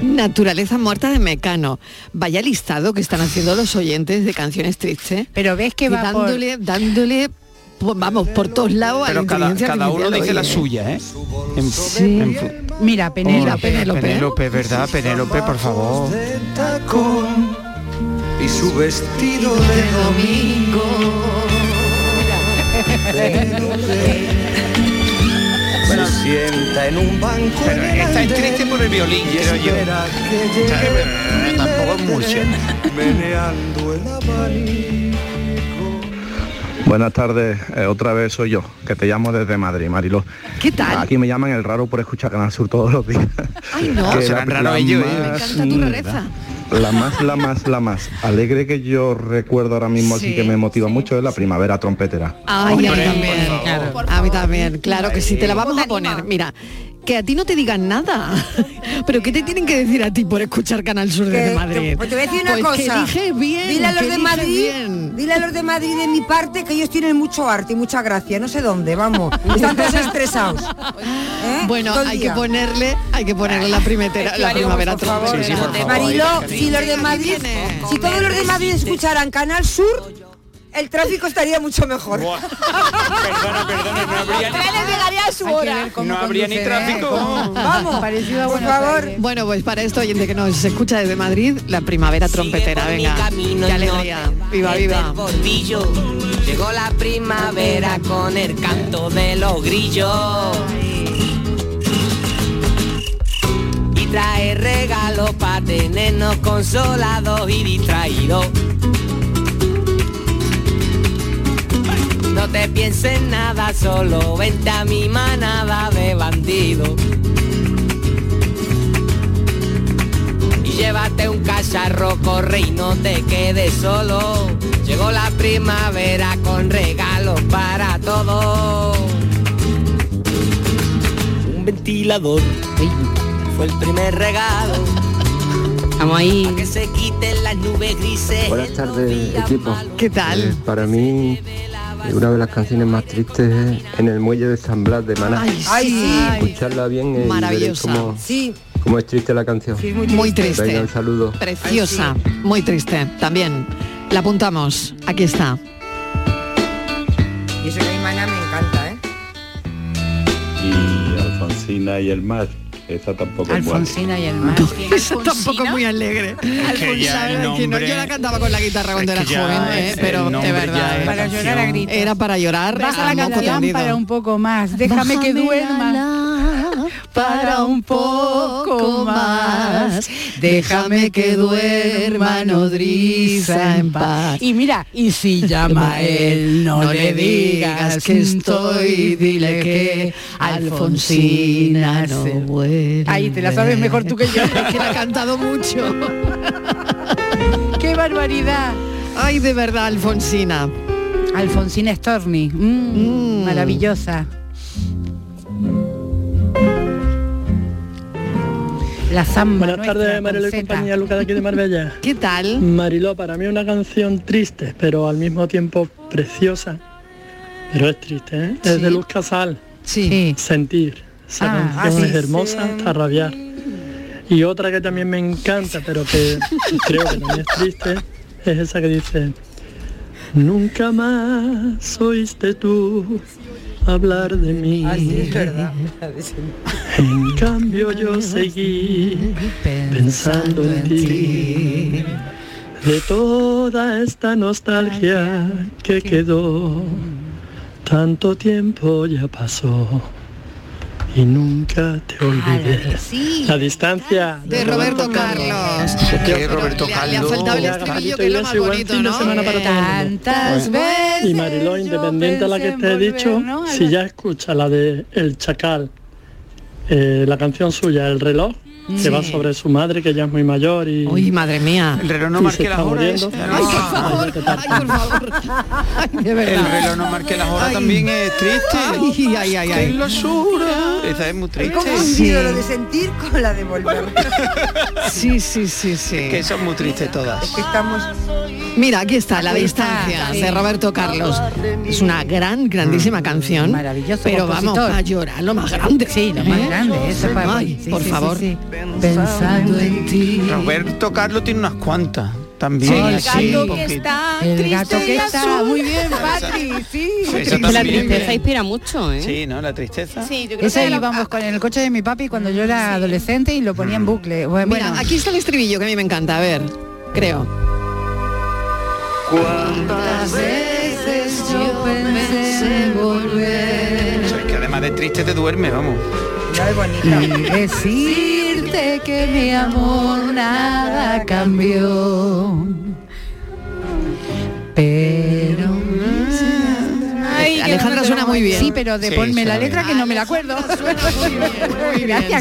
Naturaleza muerta de Mecano. Vaya listado que están haciendo los oyentes de canciones tristes.
Pero ves que va por-
dándole, dándole, pues, vamos, por todos lados. a la
Pero cada,
inteligencia
cada uno
artificial
dice la
hoy, ¿eh?
suya, ¿eh? En- en fu-
Mira, Penélope.
Penélope, Penélope, ¿verdad? Penélope, por favor.
tacón y su vestido
de domingo.
se sienta en un banco.
Pero esta es triste por el violín, creo yo. O sea, eh, Tampoco es mucho.
Meneando el
Buenas tardes, eh, otra vez soy yo, que te llamo desde Madrid, Mariló.
¿Qué tal?
Aquí me llaman el raro por escuchar Canal Sur todos los días.
Ay,
no. Serán raros ellos, ¿eh? Me
encanta tu rareza.
La más, la más, la más alegre que yo recuerdo ahora mismo, así
Sí,
que me motiva mucho, es la primavera trompetera.
Ay, a mí
Hombre,
también. claro. A mí también, claro que sí. Te la vamos a poner. Mira, que a ti no te digan nada. Pero ¿qué te tienen que decir a ti por escuchar Canal Sur
Que-
desde
que-
Madrid?
pues te voy a decir una
Pues que
cosa.
dije bien.
dile a los
que
de
dije
Madrid,
bien.
dile a los de Madrid de mi parte que ellos tienen mucho arte y mucha gracia, no sé dónde, vamos. Están todos estresados. ¿Eh?
Bueno,
Todo el
hay
día.
que ponerle, hay que ponerle la primera, la primavera trompeta.
Mariló, si los de Madrid, si todos los de Madrid escucharan Canal Sur, el tráfico estaría mucho mejor.
Perdona, perdona, no habría ni-
a su hora.
No habría ni
¿eh?
tráfico.
Vamos,
Parecido
por favor.
Bueno, pues para esto, oyente que nos escucha desde Madrid, la primavera trompetera,
por mi
venga.
camino
Qué
y no
alegría.
te-
Viva,
desde
viva.
el bordillo. Llegó la primavera con el canto de los grillos. Y trae regalos para tenernos consolados y distraídos. No te pienses nada, solo vente a mi manada de bandidos. y llévate un cacharro, corre y no te quedes solo. Llegó la primavera con regalos para todos. Un ventilador fue el primer regalo.
Estamos ahí.
Que se quiten las nubes grises.
Buenas tardes, equipo.
¿Qué
Eh,
tal?
para mí, eh, una de las canciones más tristes es En el muelle de San Blas de Maná.
Ay, Ay, sí.
Escucharla bien eh, y veréis
Maravillosa.
cómo,
Sí.
cómo es triste la canción.
muy triste. Muy triste.
Venga, un saludo.
Preciosa, muy triste también. La apuntamos, aquí está.
Y eso que a mi maná me encanta, ¿eh?
y Alfonsina y el mar. Esa tampoco es buena.
Alfonsina y el mar.
Eso tampoco es muy alegre.
que ya el
Alfonsina, que no, yo la
nombre-
cantaba con la guitarra cuando
es
era
que ya
joven, ¿eh?
es el
pero de
nombre, ya
verdad. ¿eh?
es Para llorar a canción. gritos.
Era para llorar.
Vas a la
moco
canción
tendido.
para un poco más. Déjame que
Bájame
duerma. Para un poco más. Déjame que duerma, nodriza en paz. Y mira, y si llama a él, no, le digas que estoy, dile que Alfonsina no vuelve. Ahí te la sabes mejor tú que yo.
que la ha cantado mucho.
¡Qué barbaridad!
Ay, de verdad, Alfonsina.
Alfonsina Storni. Mm, Maravillosa. La samba
Buenas tardes, Mariló y compañía, Lucas de aquí de Marbella.
¿Qué tal?
Mariló, para mí una canción triste, pero al mismo tiempo preciosa. Pero es triste, ¿eh? Es de Luz Casal.
Sí.
Sentir. Esa
Ah,
canción
así
es hermosa,
se-
hasta rabiar. Y otra que también me encanta, pero que creo que también es triste, es esa que dice, nunca más oíste tú hablar de mí.
Ah,
En cambio yo seguí pensando en ti. De toda esta nostalgia que quedó, tanto tiempo ya pasó y nunca te olvidé. La distancia
De Roberto Carlos.
Que Roberto
Le ha
Carlos.
faltado el estribillo que es lo más bonito, ¿no?
Bueno, Y Mariló, independiente a la que te he dicho, si ya escucha la de El Chacal, eh, la canción suya, El reloj, que
Mm. Sí.
va sobre su madre, que ya es muy mayor y...
Uy, madre mía.
El reloj
no marque las horas, ¿eh?
Ay, por favor, ay, por favor. Ay, de verdad.
El reloj no marque las horas también es triste.
Ay, ay, ay, ay.
Qué locura. Esa es muy
He
triste.
confundido lo de sentir con la de volver.
Sí, sí, sí, sí.
Que son muy tristes todas.
Es que estamos...
Mira, aquí está La
Ahí está,
Distancia
sí.
de Roberto Carlos. Es una gran, grandísima canción. Mm. Maravilloso. Pero vamos,
compositor.
a llorar lo más grande. Sí,
lo más grande, eso para-
Ay,
sí,
por
sí, sí,
favor.
sí. Pensando en ti.
Roberto Carlos tiene unas cuantas también.
El gato
porque-
que está El gato que está muy bien, Patri, sí.
Eso
la
también.
tristeza inspira mucho, ¿eh?
Sí, ¿no? La tristeza.
Sí, yo
Ese íbamos con el coche de mi papi cuando yo era adolescente y lo ponía en bucle. Bueno,
Mira, aquí está el estribillo que a mí me encanta. A ver, creo.
¿Cuántas veces yo pensé en volver?
O sea, que además de triste te duerme, vamos.
Decirte que mi amor nada cambió. Pero...
Ah. Alejandra suena muy bien.
Sí, pero de
Sí,
ponme
suena
la
bien.
letra que no me la acuerdo. gracias,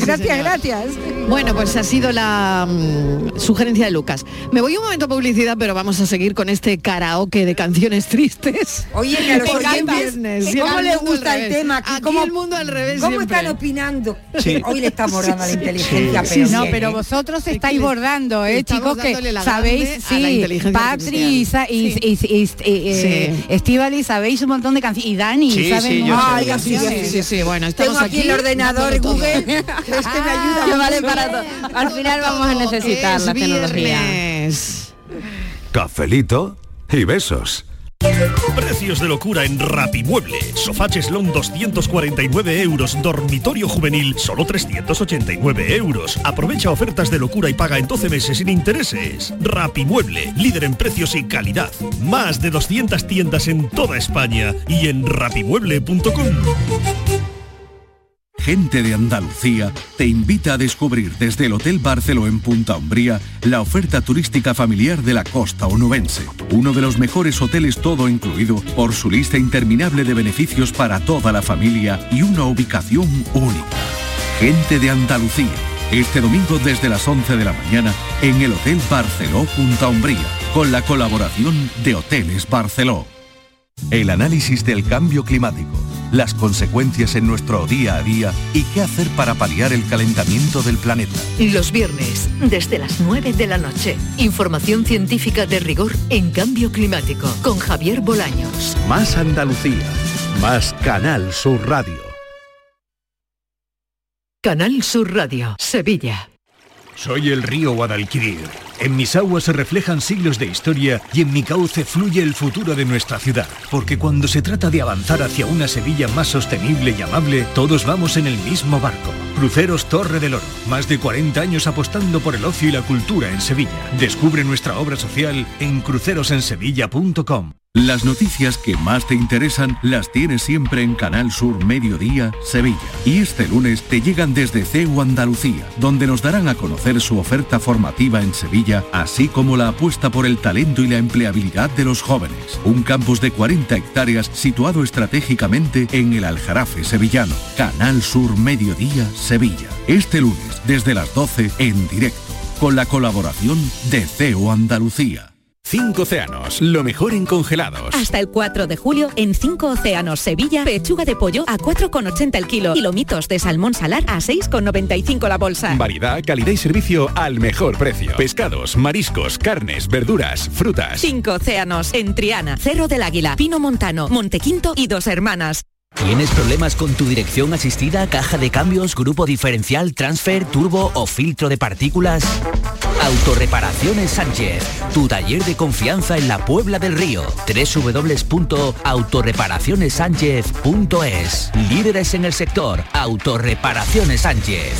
sí,
gracias,
señor.
gracias.
Bueno, pues ha sido la mm, sugerencia de Lucas. Me voy un momento a publicidad, pero vamos a seguir con este karaoke de canciones tristes.
Oye, que a los
Me encanta.
oyentes,
Viernes,
¿cómo
siempre
les
al mundo
gusta
al
el
revés. Ah,
tema? Aquí,
Aquí
¿Cómo,
el mundo al revés
¿Cómo
siempre.
están opinando?
Sí.
Hoy le estamos bordando
Sí,
la
sí.
inteligencia,
Sí,
pero...
sí,
No,
sí.
pero vosotros estáis
les-
bordando, ¿eh,
estamos
chicos? Que
dándole la
sabéis,
grande a la
sí,
inteligencia
Patri y, Sa- y, y, y- eh,
Sí.
Estíbali, sabéis un montón de canciones. Y Dani,
Sí,
saben
sí,
un
yo
montón
sé.
de
Sí,
canciones.
sí, sí, sí, bueno, estamos
Tengo aquí el
aquí
ordenador
dándolo todo.
Google, que es que este me
ah,
ayuda
que vale
mucho.
para todo. Al final vamos a necesitar
Es
la tecnología.
viernes.
Cafelito y besos.
Precios de locura en Rapimueble. Sofá Cheslón 249 euros. Dormitorio juvenil solo 389 euros. Aprovecha ofertas de locura y paga en 12 meses sin intereses. Rapimueble, líder en precios y calidad. Más de 200 tiendas en toda España y en rapimueble.com.
Gente de Andalucía te invita a descubrir desde el Hotel Barceló en Punta Umbría la oferta turística familiar de la costa onubense. Uno de los mejores hoteles todo incluido por su lista interminable de beneficios para toda la familia y una ubicación única. Gente de Andalucía, este domingo desde las 11 de la mañana en el Hotel Barceló Punta Umbría, con la colaboración de Hoteles Barceló. El análisis del cambio climático, las consecuencias en nuestro día a día y qué hacer para paliar el calentamiento del planeta.
Los viernes, desde las 9 de la noche. Información científica de rigor en cambio climático con Javier Bolaños.
Más Andalucía, más Canal Sur Radio.
Canal Sur Radio, Sevilla.
Soy el río Guadalquivir. En mis aguas se reflejan siglos de historia y en mi cauce fluye el futuro de nuestra ciudad. Porque cuando se trata de avanzar hacia una Sevilla más sostenible y amable, todos vamos en el mismo barco. Cruceros Torre del Oro. Más de 40 años apostando por el ocio y la cultura en Sevilla. Descubre nuestra obra social en crucerosensevilla.com.
Las noticias que más te interesan las tienes siempre en Canal Sur Mediodía, Sevilla. Y este lunes te llegan desde CEU Andalucía, donde nos darán a conocer su oferta formativa en Sevilla, así como la apuesta por el talento y la empleabilidad de los jóvenes. Un campus de 40 hectáreas situado estratégicamente en el Aljarafe sevillano. Canal Sur Mediodía, Sevilla. Este lunes desde las 12 en directo, con la colaboración de CEU Andalucía.
Cinco océanos, lo mejor en congelados.
Hasta el 4 de julio, en 5 Océanos Sevilla, pechuga de pollo a 4,80 el kilo y lomitos de salmón salar a 6,95 la bolsa.
Variedad, calidad y servicio al mejor precio. Pescados, mariscos, carnes, verduras, frutas.
5 Océanos, en Triana, Cerro del Águila, Pino Montano, Montequinto y Dos Hermanas.
¿Tienes problemas con tu dirección asistida, caja de cambios, grupo diferencial, transfer, turbo o filtro de partículas? Autorreparaciones Sánchez, tu taller de confianza en la Puebla del Río. www.autorreparacionessánchez.es Líderes en el sector, Autorreparaciones Sánchez.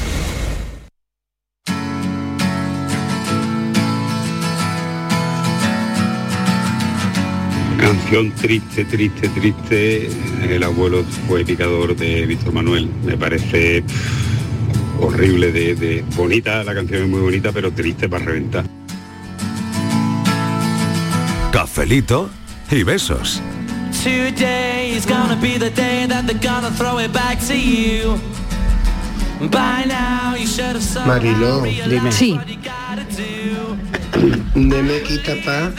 Canción triste, triste, triste. El abuelo fue picador de Víctor Manuel. Me parece pff, horrible de, de- bonita, la canción es muy bonita, pero triste para reventar.
Cafelito y besos.
Today is gonna be the day that they're gonna throw it back to you. By now you should have somehow
Mariló,
realized
Sí.
what you gotta do.
De me quita pa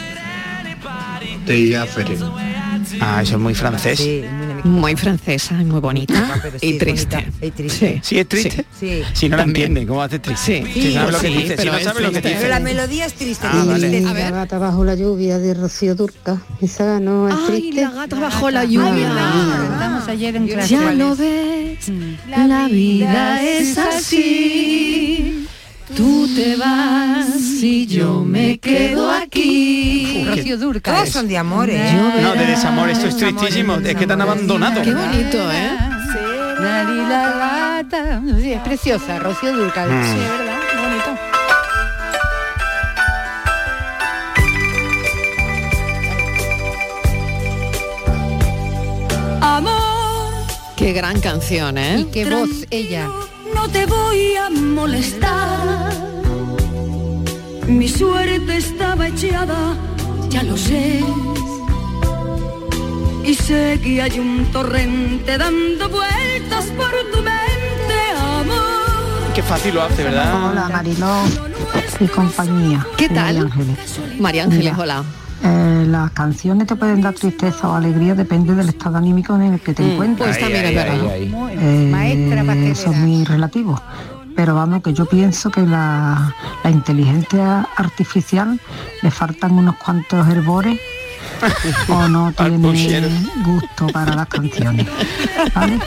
de Jafere.
Ah, eso es muy francés.
Muy francesa, y muy
Ah,
bonita y
sí,
triste. Sí.
Sí, es triste.
Sí.
Si no la entienden, ¿cómo haces triste?
Sí.
Si sabes lo que
Sí,
dices, si
pero
no
es
sabes lo que
triste.
dices.
Pero la melodía es triste.
Ah, vale.
triste.
La gata bajo la lluvia de Rocío Durca. Esa no es triste.
La gata bajo la lluvia.
Cantamos ayer en clase.
Ya
¿Cuál
lo
es?
ves, la vida es así. Tú te vas y yo me quedo aquí.
Rocío Durca.
Todos son de amores.
No, de desamor, esto es tristísimo. Es que te han abandonado.
Qué bonito, ¿eh?
Nari la gata. Sí, es preciosa, Rocío Durcal.
Mm.
Sí, es verdad, muy bonito.
Amor,
Qué gran canción, ¿eh? Y
qué voz ella.
no te voy a molestar. Mi suerte estaba echada, ya lo sé. Y sé que hay un torrente dando vueltas por tu mente, amor.
Qué fácil lo hace, ¿verdad?
Hola,
Mariló y compañía.
¿Qué tal?
María Ángeles.
María Ángeles,
Mira,
hola.
eh, las canciones te pueden dar tristeza o alegría, depende del estado anímico en el que te
Mm,
encuentres.
pues también Ay, es ay, verdad. ay, ay. Muy bien. Maestra
Eh, Eso es muy relativo. Pero vamos, que yo pienso que la, la inteligencia artificial le faltan unos cuantos herbores o no
puchero.
tiene gusto para las canciones. ¿vale?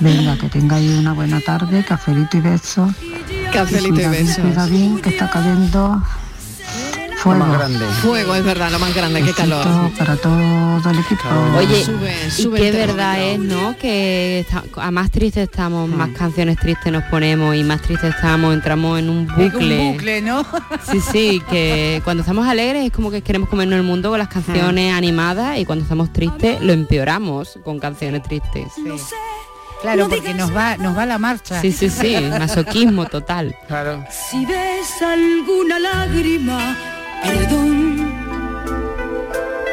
Venga, que tengáis una buena tarde, cafelito y besos.
Cafelito y
Cuidadín,
besos.
cuidadín, que está cayendo fuego.
Fuego, es verdad, lo más grande, qué
Besito
calor.
Para todo el equipo.
Oye,
Sube,
y
sube
este
qué
el
verdad es,
termómetro.
¿no? Que está- a más tristes estamos,
Ah.
más canciones tristes nos ponemos y más tristes estamos, entramos en un
Es
bucle.
Un bucle, ¿no?
Sí, sí, que cuando estamos alegres es como que queremos comernos el mundo con las canciones animadas y cuando estamos tristes lo empeoramos con canciones tristes.
Claro, porque nos va, nos va la marcha.
Sí, sí, sí, masoquismo total.
Claro.
Si ves alguna lágrima, perdón.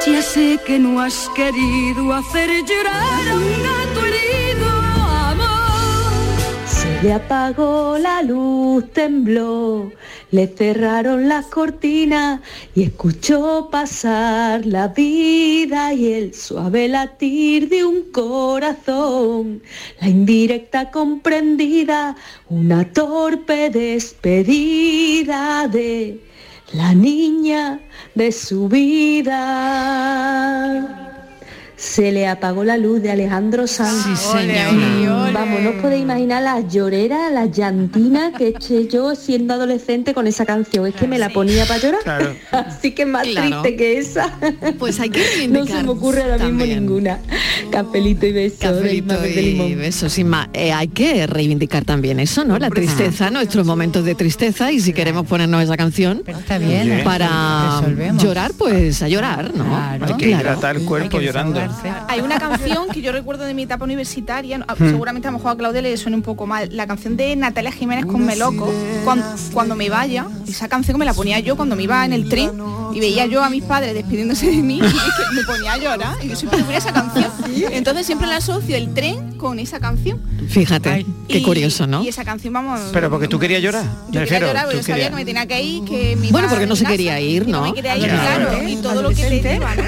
Ya sé que no has querido hacer llorar a un gato herido, amor.
Se le apagó la luz, tembló, le cerraron las cortinas y escuchó pasar la vida y el suave latir de un corazón. La indirecta comprendida, una torpe despedida de la niña de su vida. Se le apagó la luz de Alejandro Sanz. Vamos, no os podéis imaginar las lloreras, las llantinas que eché yo siendo adolescente con esa canción. Es que me la ponía para llorar.
Claro.
Así que más
Claro.
triste que esa.
Pues hay que
No se
reivindicar
me ocurre ahora mismo
también.
ninguna. Capelito y besos.
Cafelito
Ismael de Limón.
y besos y más. Eh, hay que reivindicar también eso, ¿no? La tristeza, nuestros momentos de tristeza y si queremos ponernos esa canción
está bien, Bien.
para
resolvemos.
llorar, pues a llorar, ¿no?
Hay que hidratar el cuerpo llorando.
Hay una canción que yo recuerdo de mi etapa universitaria, no- Ah,
Hmm.
seguramente a lo mejor a Claudia le suene un poco mal, la canción de Natalia Jiménez con Meloco, cuando, cuando me vaya, esa canción me la ponía yo cuando me iba en el tren y veía yo a mis padres despidiéndose de mí y es que me ponía a llorar y yo siempre ponía esa canción. Entonces siempre la asocio el tren con esa canción.
Fíjate, qué
Y-
curioso, ¿no?
Y esa canción, vamos...
Pero porque tú querías llorar.
Yo
Me
quería
refiero,
llorar,
tú
pero yo sabía
querías-
que me tenía que ir, que mi
Bueno,
padre
porque no se
me
quería ir, ¿no?
quería ir,
Ya.
claro, y todo lo que te lleva, ¿no?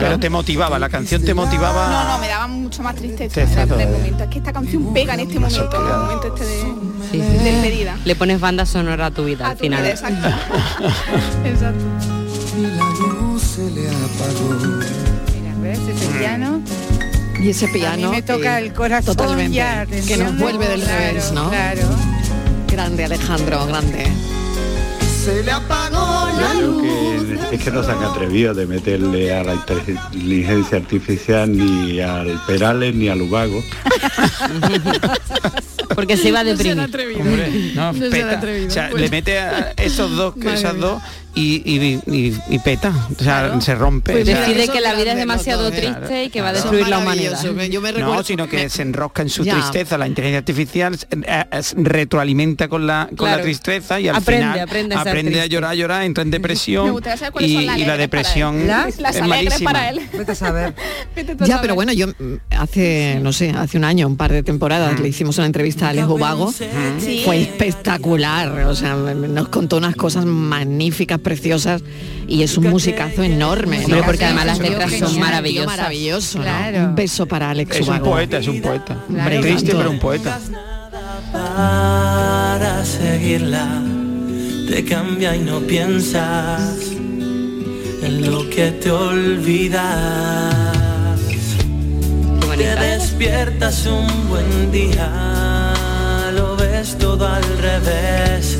Pero te motivaba, la canción te motivaba.
No, no, me daba mucho más tristeza ¿eh?
Te
en
está
el- en el
todo.
momento. Es que esta canción pega en este momento, en el momento este de, de despedida.
Le pones banda sonora a tu vida al final.
vida, exacto. Exacto.
¿Ves ese piano?
Y ese piano.
A mí me toca
eh,
el corazón
Totalmente.
ya,
que
atención,
nos vuelve del
claro,
revés, ¿no?
claro.
Grande Alejandro, grande.
Se le apagó la
Creo que es que no se han atrevido de meterle a la inteligencia artificial ni al Perales ni al Ubago.
Porque se va a deprimir.
Hombre, no,
No se han
peta.
atrevido,
o sea,
pues.
le mete a esos dos,
Madre
esas
mía.
dos y, y- y- y peta. O sea, se rompe.
Pues
o sea,
decide que la vida es demasiado triste y que va a destruir la humanidad.
no, sino que se enrosca en su
Ya.
tristeza. La inteligencia artificial eh, eh, retroalimenta con la, con
Claro.
la tristeza y al
Aprende,
final
aprende a ser
aprende a
triste.
llorar, llorar, entra en
Me
depresión
gustaría saber
y,
cuáles
y
son las
la
alegres para
depresión
Las- las
es
alegres
malísima.
para
él.
Vete a saber.
Ya, pero bueno, yo mm, hace, no sé, hace un año, un par de temporadas, le hicimos una entrevista a Alejo Vago.
Sí.
Fue espectacular, o sea, m- nos contó unas cosas magníficas, preciosas, y es un musicazo enorme. ¿no?
Hombre, porque además las letras son
Genial,
maravillosas.
tío, Maravilloso, ¿no?
Claro.
Un beso para Alex
Es un
Ubago.
poeta, es un poeta.
Claro.
Triste,
Tanto.
pero un poeta.
para seguirla. Te cambia y no piensas en lo que te olvidas. Te despiertas un buen día, lo ves todo al revés.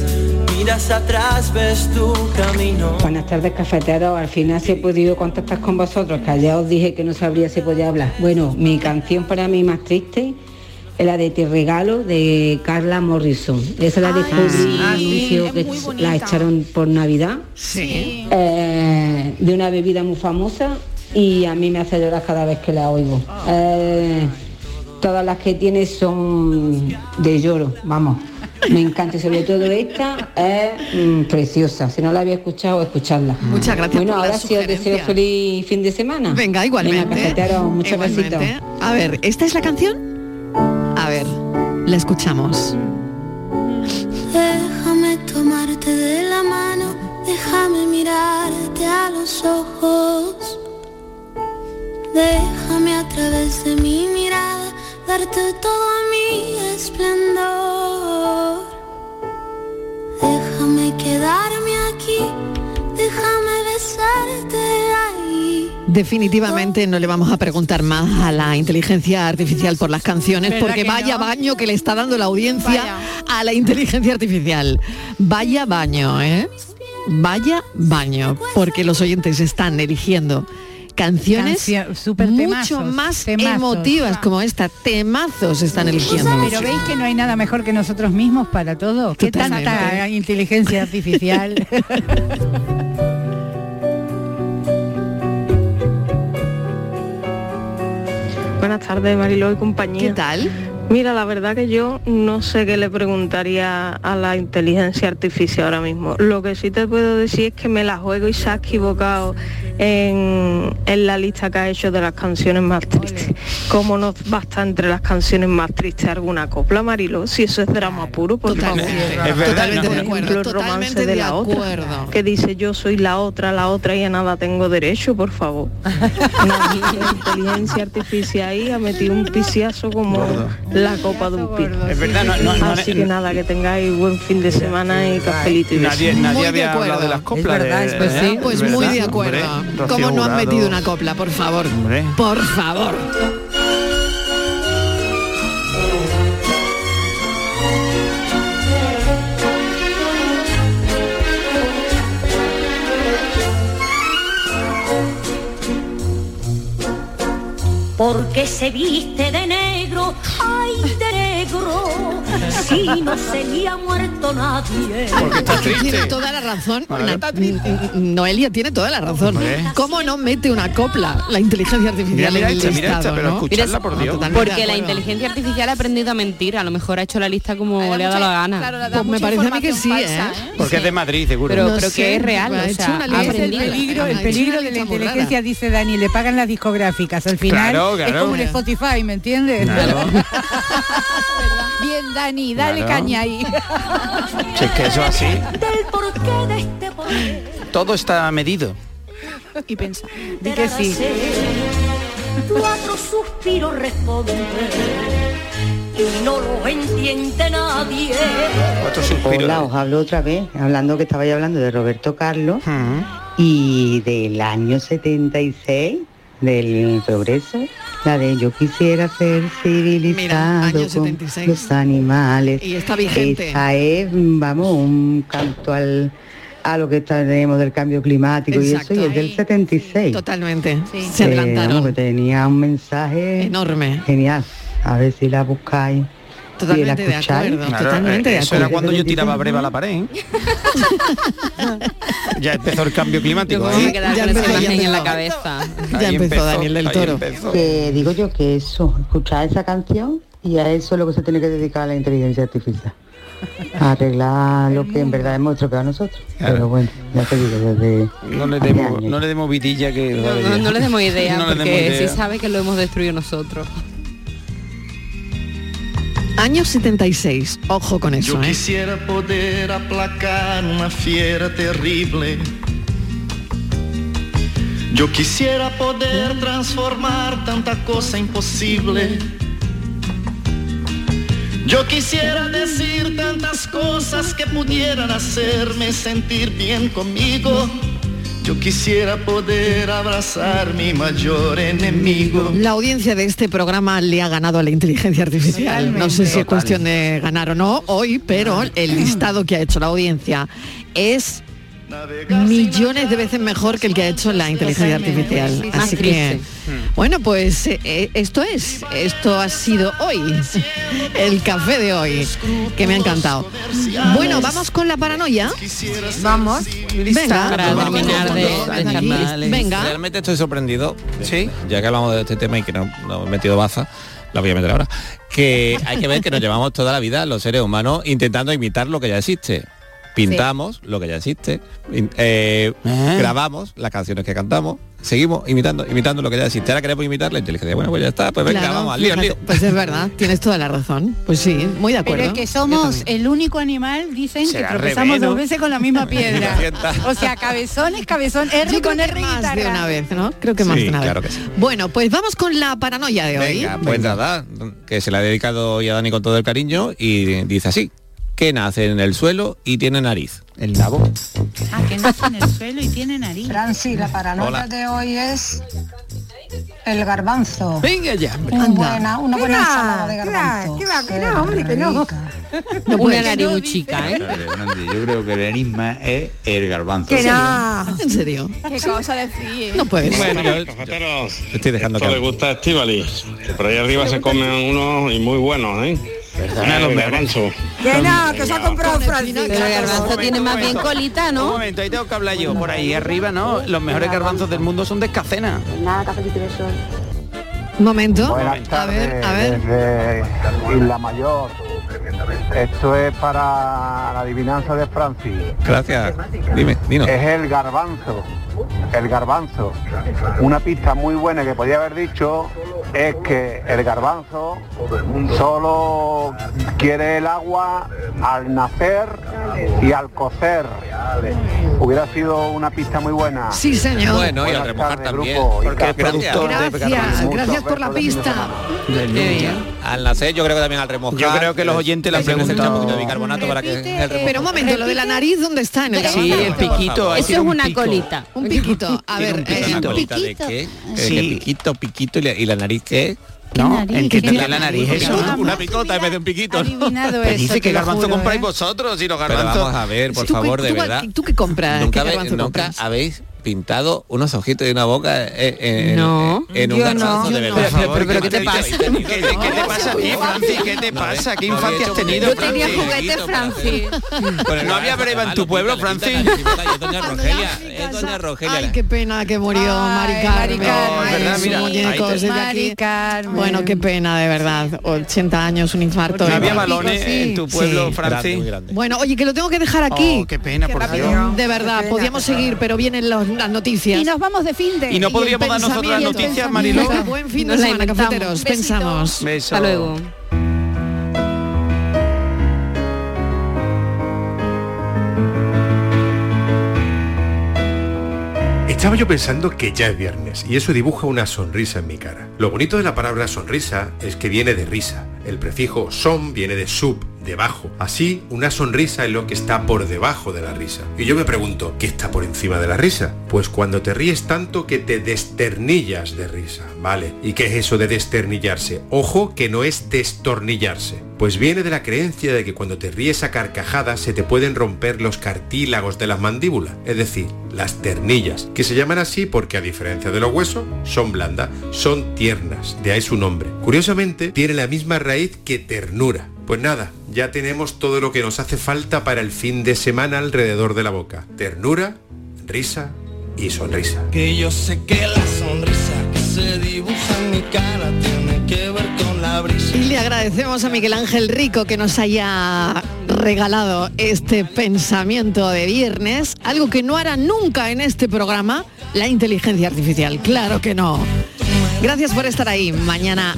Miras atrás, ves tu camino.
Buenas tardes, cafetero. Al final sí he podido contactar con vosotros, que allá os dije que no sabría si podía hablar. Bueno, mi canción para mí más triste es la de Te Regalo de Carla Morrison. Esa la descubrí en un
Ah, sí,
anuncio
es
que
muy bonita.
la echaron por Navidad
Sí.
eh, de una bebida muy famosa y a mí me hace llorar cada vez que la oigo. Eh, todas las que tiene son de lloro, vamos. Me encanta y sobre todo esta es mm, preciosa. Si no la había escuchado, escucharla.
Muchas gracias
Bueno,
por la
ahora sí os deseo
sugerencia.
feliz fin de semana.
Venga,
Venga,
igualmente.
cafeteros, muchos
Igualmente.
besitos.
A ver, ¿esta es la canción? A ver, la escuchamos.
Déjame tomarte de la mano, déjame mirarte a los ojos. Déjame a través de mi mirada darte todo mi esplendor. Déjame quedarme aquí, déjame besarte ahí.
Definitivamente no le vamos a preguntar más a la inteligencia artificial por las canciones,
¿Verdad
porque
que no?
vaya baño que le está dando la audiencia a la inteligencia artificial. Vaya baño, ¿eh? Vaya baño, porque los oyentes están eligiendo canciones
Cancio- súper
mucho
temazos,
más
temazos.
emotivas como esta. Temazos están eligiendo.
Pero veis que no hay nada mejor que nosotros mismos para todo. ¿Qué
Totalmente.
tanta inteligencia artificial?
Mm, Buenas tardes, Mariló y compañía. ¿Qué
tal?
Mira, la verdad que yo no sé qué le preguntaría a la inteligencia artificial ahora mismo. Lo que sí te puedo decir es que me la juego y se ha equivocado en, en la lista que ha hecho de las canciones más tristes. ¿Cómo nos basta entre las canciones más tristes alguna copla, Mariló? Si eso es drama puro, por favor.
Es verdad, Totalmente ¿no? de
Por
acuerdo,
ejemplo, el romance
totalmente
de
de
la otra,
acuerdo.
que dice yo soy la otra, la otra y a nada tengo derecho, por favor. la inteligencia artificial ahí ha metido un pisiazo como la copa de un pi.
Es verdad, no- no- no-
Así que nada, que tengáis buen fin de semana y cafelito y
Nadie,
besos.
nadie había hablado de las coplas. de-
pues
¿eh?
sí,
Pues
¿verdad?
muy de acuerdo.
Hombre, Rocío
¿Cómo no han
Jurado.
metido una copla, por favor?
Hombre.
Por favor.
Porque se viste de negro, ay de negro, si no sería muerto nadie.
Tiene toda la razón. Na- Noelia tiene toda la razón.
Hombre.
¿Cómo no mete una copla la inteligencia artificial
Mira, mira
en el
esta, mira
listado,
esta, pero
¿no?
escuchadla,
Mira,
por
no,
Dios.
totalmente de
Porque la
acuerdo.
inteligencia artificial ha aprendido a mentir, a lo mejor ha hecho la lista como le ha dado
mucha-
la gana.
claro, le da Pues me mucha parece a mí que sí, información ¿eh?
Porque es de Madrid, seguro.
Pero- No pero que sé, es real, o ha hecho sea, una lista. ha
Es el
aprendido.
peligro,
Ha
el
hecho
peligro
una
de la
lista muy rara.
inteligencia, dice Dani, le pagan las discográficas. Al final
Claro,
es
claro.
como un Spotify, ¿me entiendes?
Bien, Dani,
dale Claro. caña
ahí.
Si es que eso así,
Del porqué de este porqué.
todo está medido.
Y pensa.
Di que sí.
Cuatro suspiros responde y no lo entiende nadie.
Hola, os hablo otra vez, hablando que estabais hablando de Roberto Carlos y del año 76
del progreso, la de yo quisiera ser
Mira,
civilizado
año
con
76.
los animales.
Y está vigente.
Esa es, mm, vamos, un canto al, a lo que tenemos del cambio climático
Exacto.
y eso, y es del 76.
Totalmente. Se
Eh,
adelantaron.
vamos, que tenía un mensaje
enorme.
Genial. A ver si la buscáis.
Totalmente de acuerdo, Claro, totalmente de
eh, Eso era cuando yo tiraba breva a la pared. ¿eh? ya empezó el cambio climático.
Me
¿eh?
he quedado con esa imagen en la cabeza.
Ya Ahí empezó empezó, Daniel del ahí Toro. empezó.
Que digo yo que eso, escuchar esa canción y a eso es lo que se tiene que dedicar a la inteligencia artificial. A arreglar lo que en verdad hemos estropeado nosotros. Pero bueno, ya te digo, desde
No le demos, no le demos vidilla que.
No, no le demos idea,
No le demos
porque
idea.
sí sabe que lo hemos destruido nosotros.
Año 76. Ojo con eso,
Yo
¿eh?
quisiera poder aplacar una fiera terrible. Yo quisiera poder transformar tanta cosa imposible. Yo quisiera decir tantas cosas que pudieran hacerme sentir bien conmigo. Yo quisiera poder abrazar mi mayor enemigo.
La audiencia de este programa le ha ganado a la inteligencia artificial. No sé si es
Total.
cuestión de ganar o no hoy, pero el listado que ha hecho la audiencia es millones de veces mejor que el que ha hecho la inteligencia
Totalmente.
artificial.
Más
Así que,
triste.
bueno, pues eh, eh, esto es, esto ha sido hoy, el café de hoy, que me ha encantado. Bueno, vamos con la paranoia.
Vamos.
Venga,
Para terminar de- de charlar.
Venga.
Realmente estoy sorprendido, ¿sí? ya que hablamos de este tema y que no, no he metido baza, la voy a meter ahora, que hay que ver que nos llevamos toda la vida los seres humanos intentando imitar lo que ya existe. Pintamos lo que ya existe, in- eh,
Ah.
grabamos las canciones que cantamos, seguimos imitando, imitando lo que ya existe. Ahora queremos imitar la inteligencia. Bueno, pues ya está, pues venga,
Claro,
vamos al lío, al lío.
fíjate, Pues es verdad, tienes toda la razón. Pues sí, muy de
Pero
acuerdo.
es que somos el único animal, dicen,
Será
que
al
tropezamos
revés, ¿no?
dos veces con la misma piedra.
Sienta.
o sea, cabezón es cabezón, R con R y
Más de
guitarra.
una vez, ¿no? Creo que más
Sí,
de una vez.
claro que sí.
Bueno, pues vamos con la paranoia de hoy.
Venga, pues nada, que se la ha dedicado hoy a Dani con todo el cariño y dice así, que nace en el suelo y tiene nariz. El nabo.
Ah, que nace en el suelo y tiene nariz.
Francis, la paranoia
Hola.
de hoy es el garbanzo.
Venga ya,
Un buena, una buena
Venga,
ensalada de garbanzo.
Que va, que no, hombre, que no.
No
puede
Una
ser.
nariz muy chica, ¿eh?
Yo creo que el enigma es el garbanzo.
¿En serio?
Qué cosa decir.
No puede
ser. Bueno,
Estoy dejando
Esto le gusta a Estivali. Por ahí arriba se comen unos y muy buenos, ¿eh?
Ah,
el
hombre.
garbanzo.
Que no, que se ha comprado Francis.
Pero el garbanzo tiene más bien colita,
Un
¿no?
momento, ahí tengo que hablar yo. Por ahí arriba, ¿no? Los mejores garbanzos del mundo son de escacena.
Nada, Momento. a ver, a ver.
Desde Isla Mayor. Esto es para la adivinanza de Francis.
Gracias. Dime, dinos.
Es el garbanzo. El garbanzo. Una pista muy buena que podía haber dicho es que el garbanzo solo quiere el agua al nacer y al cocer. Hubiera sido una pista muy buena.
Sí, señor.
Bueno, y al
Buenas
remojar
tardes,
también,
grupo y
porque es
café.
productor de Gracias, garbanzo.
Gracias por la pista. Eh,
Al nacer, yo creo que también al remojar. Yo creo que los oyentes le han preguntado un poquito de bicarbonato para que el
Pero un momento, lo de la nariz, ¿dónde está? En el
Sí,
garbanzo?
el piquito, ahí Eso tiene es un una pico. colita.
Un piquito. A ver, eh,
Una colita de qué? Sí. piquito, piquito y la, y la nariz qué? No,
nariz?
el que
¿Qué
tiene
nariz?
la nariz
Una
eso.
picota,
Una Pues picota en vez de un piquito.
Adivinado eso, te lo juro, ¿eh?
vosotros y los garbanzos. vamos a ver, por
¿Tú qué-
favor, de
tú-
verdad.
¿Tú qué compras? ¿Qué
Nunca, habe-
garbanzo
nunca
compras?
habéis pintado unos ojitos y una boca eh, eh, en,
No.
en un
Yo
garbanzo
no.
de verdad.
Yo no.
Por
Pero-
favor,
pero- pero
que
¿qué te
maldita
pasa?
habéis tenido. ¿Qué, qué te pasa a ti, Francis? ¿Qué te pasa? ¿Qué infancia has tenido,
Yo tenía
Francis?
juguetes, Francis.
¿No había breva en tu pueblo, Francis? Doña Rogelia, es Doña Rogelia.
Ay, qué pena que murió Mari Carmen.
Carmen.
Ay,
¿Verdad?
sus
Mira,
muñecos
ahí te-
desde
Mari
aquí. Bueno, qué pena, de verdad. 80 años, un infarto.
No había
Y-
balones
Sí.
en tu pueblo, Francis.
Bueno, oye, que lo tengo que dejar aquí.
Oh, qué pena, por
rápido.
Dios.
De verdad, podíamos seguir, pero vienen los- las noticias. Y nos
vamos de fin de.
¿Y no podríamos dar nosotros las noticias, Mariló?
Buen fin de
Nos la
semana,
inventamos.
cafeteros.
Besito.
Pensamos.
Beso.
Hasta luego.
Estaba yo pensando que ya es viernes y eso dibuja una sonrisa en mi cara. Lo bonito de la palabra sonrisa es que viene de risa. El prefijo son viene de sub, debajo. Así, una sonrisa es lo que está por debajo de la risa. Y yo me pregunto, ¿qué está por encima de la risa? Pues cuando te ríes tanto que te desternillas de risa, ¿vale? ¿Y qué es eso de desternillarse? Ojo que no es destornillarse. Pues viene de la creencia de que cuando te ríes a carcajadas se te pueden romper los cartílagos de las mandíbulas, es decir, las ternillas, que se llaman así porque a diferencia de los huesos, son blandas, son tiernas, de ahí su nombre. Curiosamente, tiene la misma raíz que ternura. Pues nada, ya tenemos todo lo que nos hace falta para el fin de semana alrededor de la boca. Ternura, risa y sonrisa.
Que yo sé que la sonrisa que se dibuja en mi cara tiene que ver con la brisa.
Y le agradecemos a Miguel Ángel Rico que nos haya regalado este pensamiento de viernes, algo que no hará nunca en este programa, la inteligencia artificial. Claro que no. Gracias por estar ahí. Mañana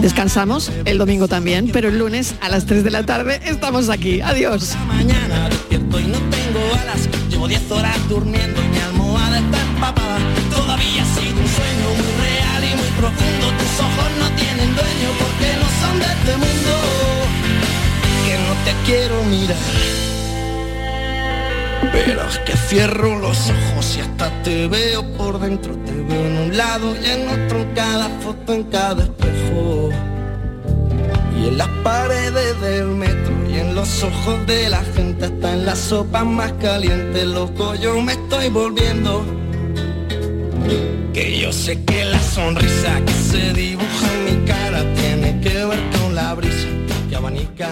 descansamos, el domingo también, pero el lunes a las 3 de la tarde estamos aquí. Adiós.
Mañana despierto y no tengo alas. Llevo 10 horas durmiendo y mi almohada está empapada. Todavía sigo un sueño muy real y muy profundo. Tus ojos no tienen dueño porque no son de este mundo. Que no te quiero mirar. Pero es que cierro los ojos y hasta te veo por dentro. Te veo en un lado y en otro, en cada foto, en cada espejo. Y en las paredes del metro y en los ojos de la gente, hasta en las sopas más calientes, loco, yo me estoy volviendo. Que yo sé que la sonrisa que se dibuja en mi cara tiene que ver con la brisa que abanica.